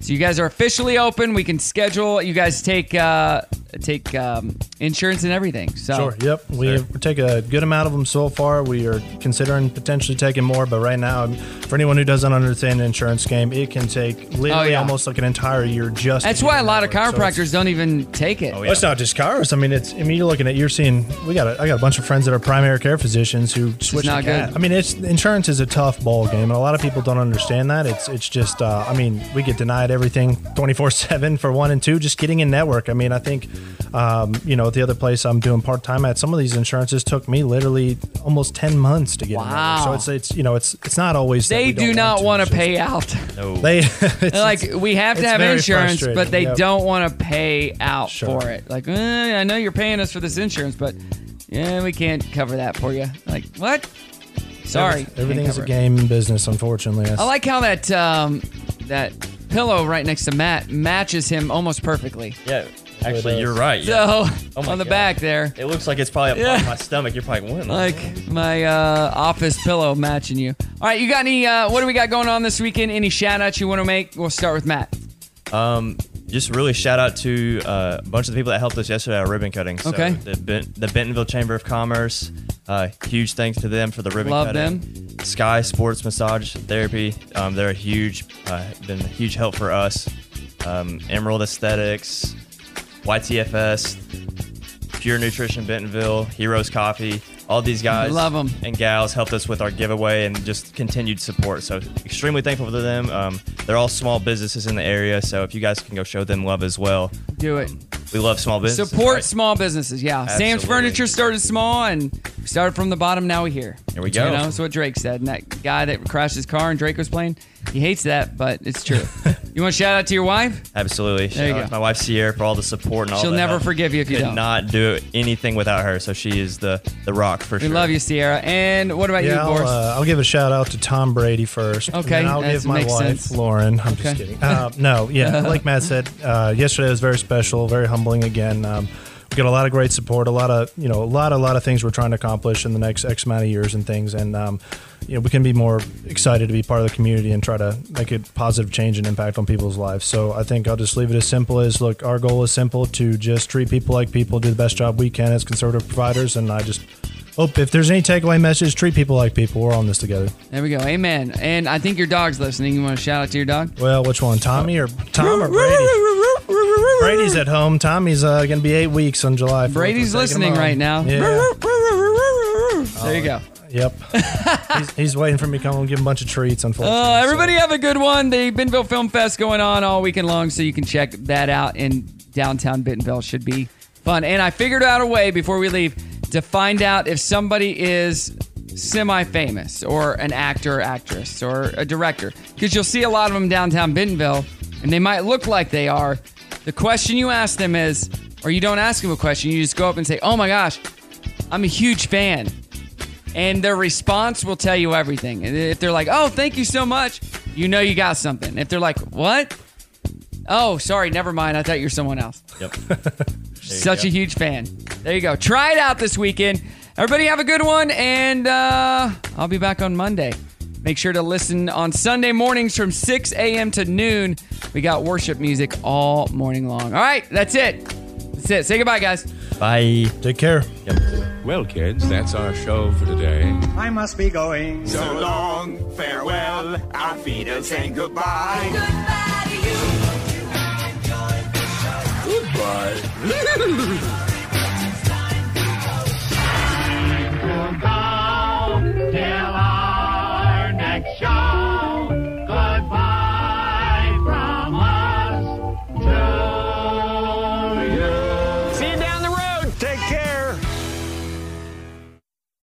[SPEAKER 1] So you guys are officially open. We can schedule. You guys take uh, take um, insurance and everything. So
[SPEAKER 8] Sure. Yep. We we take a good amount of them so far. We are considering potentially taking more, but right now, um, for anyone who doesn't understand the insurance game, it can take literally
[SPEAKER 1] Oh, yeah.
[SPEAKER 8] almost like an entire year just.
[SPEAKER 1] that's
[SPEAKER 8] to
[SPEAKER 1] why
[SPEAKER 8] get
[SPEAKER 1] a lot of
[SPEAKER 8] that work. So
[SPEAKER 1] chiropractors
[SPEAKER 8] it's- Oh,
[SPEAKER 1] don't even take it.
[SPEAKER 8] Well, It's not just cars. I mean, it's. I mean, you're looking at. You're seeing. We got. A, I got a bunch of friends that are primary care physicians who switch.
[SPEAKER 1] not
[SPEAKER 8] to cat.
[SPEAKER 1] good.
[SPEAKER 8] I mean, it's insurance is a tough ball game, and a lot of people don't understand that. It's. It's just. Uh, I mean, we get denied everything 24 seven for one and two. Just getting in network. I mean, I think, um, you know, at the other place I'm doing part time at, some of these insurances took me literally almost 10 months to get. in network.
[SPEAKER 1] Wow.
[SPEAKER 8] So it's. It's. You know, it's. It's not always. that
[SPEAKER 1] They
[SPEAKER 8] we
[SPEAKER 1] do
[SPEAKER 8] don't
[SPEAKER 1] not want to pay out.
[SPEAKER 7] No.
[SPEAKER 8] They. it's-
[SPEAKER 1] like we have to
[SPEAKER 8] it's
[SPEAKER 1] have
[SPEAKER 8] very
[SPEAKER 1] insurance, but
[SPEAKER 8] frustrating.
[SPEAKER 1] they
[SPEAKER 8] Yep.
[SPEAKER 1] don't want to pay out
[SPEAKER 8] Sure.
[SPEAKER 1] for it. Like, eh, I know you're paying us for this insurance, but yeah, we can't cover that for you. Like, what? Sorry,
[SPEAKER 8] Everyth- Everything's a
[SPEAKER 1] game.
[SPEAKER 8] game in business, unfortunately. That's-
[SPEAKER 1] I like how that um, that pillow right next to Matt matches him almost perfectly.
[SPEAKER 7] Yeah, actually,
[SPEAKER 1] does.
[SPEAKER 7] you're right.
[SPEAKER 1] So,
[SPEAKER 7] yeah. my
[SPEAKER 1] on the
[SPEAKER 7] God.
[SPEAKER 1] back there.
[SPEAKER 7] it looks like it's probably up
[SPEAKER 1] Yeah.
[SPEAKER 7] on my stomach. You're probably like, what? in the hell?
[SPEAKER 1] Like my uh, office pillow matching you. All right, you got any? Uh, what do we got going on this weekend? Any shout outs you want to make? We'll start with Matt.
[SPEAKER 7] Um, just really shout out to uh, a bunch of the people that helped us yesterday at ribbon cutting. So
[SPEAKER 1] Okay.
[SPEAKER 7] The, ben- the Bentonville Chamber of Commerce. Uh, huge thanks to them for the ribbon
[SPEAKER 1] Love
[SPEAKER 7] cutting. Them. Sky Sports Massage Therapy. Um, they're a huge, uh, been a huge help for us. Um, Emerald Aesthetics, YTFS, Pure Nutrition Bentonville, Heroes Coffee. All these guys,
[SPEAKER 1] Love 'em.
[SPEAKER 7] and gals helped us with our giveaway and just continued support. So extremely thankful to them. Um, they're all small businesses in the area, so if you guys can go show them love as well,
[SPEAKER 1] Do it.
[SPEAKER 7] we love small businesses.
[SPEAKER 1] Support
[SPEAKER 7] right?
[SPEAKER 1] small businesses. Yeah. Sam's
[SPEAKER 7] Absolutely.
[SPEAKER 1] Furniture started small and we started from the bottom. Now we here.
[SPEAKER 7] Here we go.
[SPEAKER 1] You know, that's what Drake said. And that guy that crashed his car and Drake was playing, he hates that, but it's true. you want to shout out to your wife?
[SPEAKER 7] Absolutely.
[SPEAKER 1] There you
[SPEAKER 7] Shout out
[SPEAKER 1] go.
[SPEAKER 7] to My wife Sierra for all the support and all.
[SPEAKER 1] She'll
[SPEAKER 7] the
[SPEAKER 1] never
[SPEAKER 7] help.
[SPEAKER 1] forgive you if you
[SPEAKER 7] Could
[SPEAKER 1] don't.
[SPEAKER 7] not do anything without her. So she is the the rock for
[SPEAKER 1] We
[SPEAKER 7] sure.
[SPEAKER 1] love you, Sierra. And what about
[SPEAKER 8] yeah,
[SPEAKER 1] you, Boris?
[SPEAKER 8] I'll, uh, I'll give a shout out to Tom Brady first. and
[SPEAKER 1] Okay,
[SPEAKER 8] then I'll
[SPEAKER 1] that
[SPEAKER 8] give my
[SPEAKER 1] makes
[SPEAKER 8] wife
[SPEAKER 1] sense.
[SPEAKER 8] Lauren. I'm
[SPEAKER 1] Okay.
[SPEAKER 8] just kidding. Uh, no, yeah, like Matt said, uh, yesterday was very special, very humbling. Again, um, we got a lot of great support, a lot of you know, a lot, a lot of things we're trying to accomplish in the next X amount of years and things, and um, you know, we can be more excited to be part of the community and try to make a positive change and impact on people's lives. So I think I'll just leave it as simple as look, our goal is simple to just treat people like people, do the best job we can as conservative providers, and I just Oh, if there's any takeaway message, treat people like people. We're all in this together.
[SPEAKER 1] there we go. Amen. And I think your dog's listening. You want to shout out to your dog?
[SPEAKER 8] Well, which one, Tommy or Tom or Brady? Brady's at home. Tommy's uh, going to be eight weeks on July. 4th. We're
[SPEAKER 1] Brady's
[SPEAKER 8] taking him
[SPEAKER 1] listening
[SPEAKER 8] home.
[SPEAKER 1] right now.
[SPEAKER 8] Yeah. Oh,
[SPEAKER 1] There you go.
[SPEAKER 8] Yep. he's, he's waiting for me to come home and give him a bunch of treats. Unfortunately.
[SPEAKER 1] Uh, everybody have a good one. The Bentonville Film Fest going on all weekend long, so you can check that out in downtown Bentonville. Should be fun. And I figured out a way before we leave to find out if somebody is semi-famous or an actor, actress, or a director, because you'll see a lot of them downtown Bentonville, and they might look like they are. The question you ask them is, or you don't ask them a question, you just go up and say, "Oh my gosh, I'm a huge fan." and their response will tell you everything. And if they're like, "Oh, thank you so much," you know you got something. If they're like, "What?" Oh, sorry, never mind. I thought you were someone else.
[SPEAKER 7] Yep.
[SPEAKER 1] Such a huge fan. There you go. Try it out this weekend. Everybody have a good one, and uh, I'll be back on Monday. Make sure to listen on Sunday mornings from 6 a.m. to noon. We got worship music all morning long. All right, that's it. That's it. Say goodbye, guys.
[SPEAKER 7] Bye.
[SPEAKER 8] Take care.
[SPEAKER 4] Well, kids, that's our show for today.
[SPEAKER 16] I must be going.
[SPEAKER 4] So long, farewell, our feet are saying goodbye. Goodbye to you. Goodbye.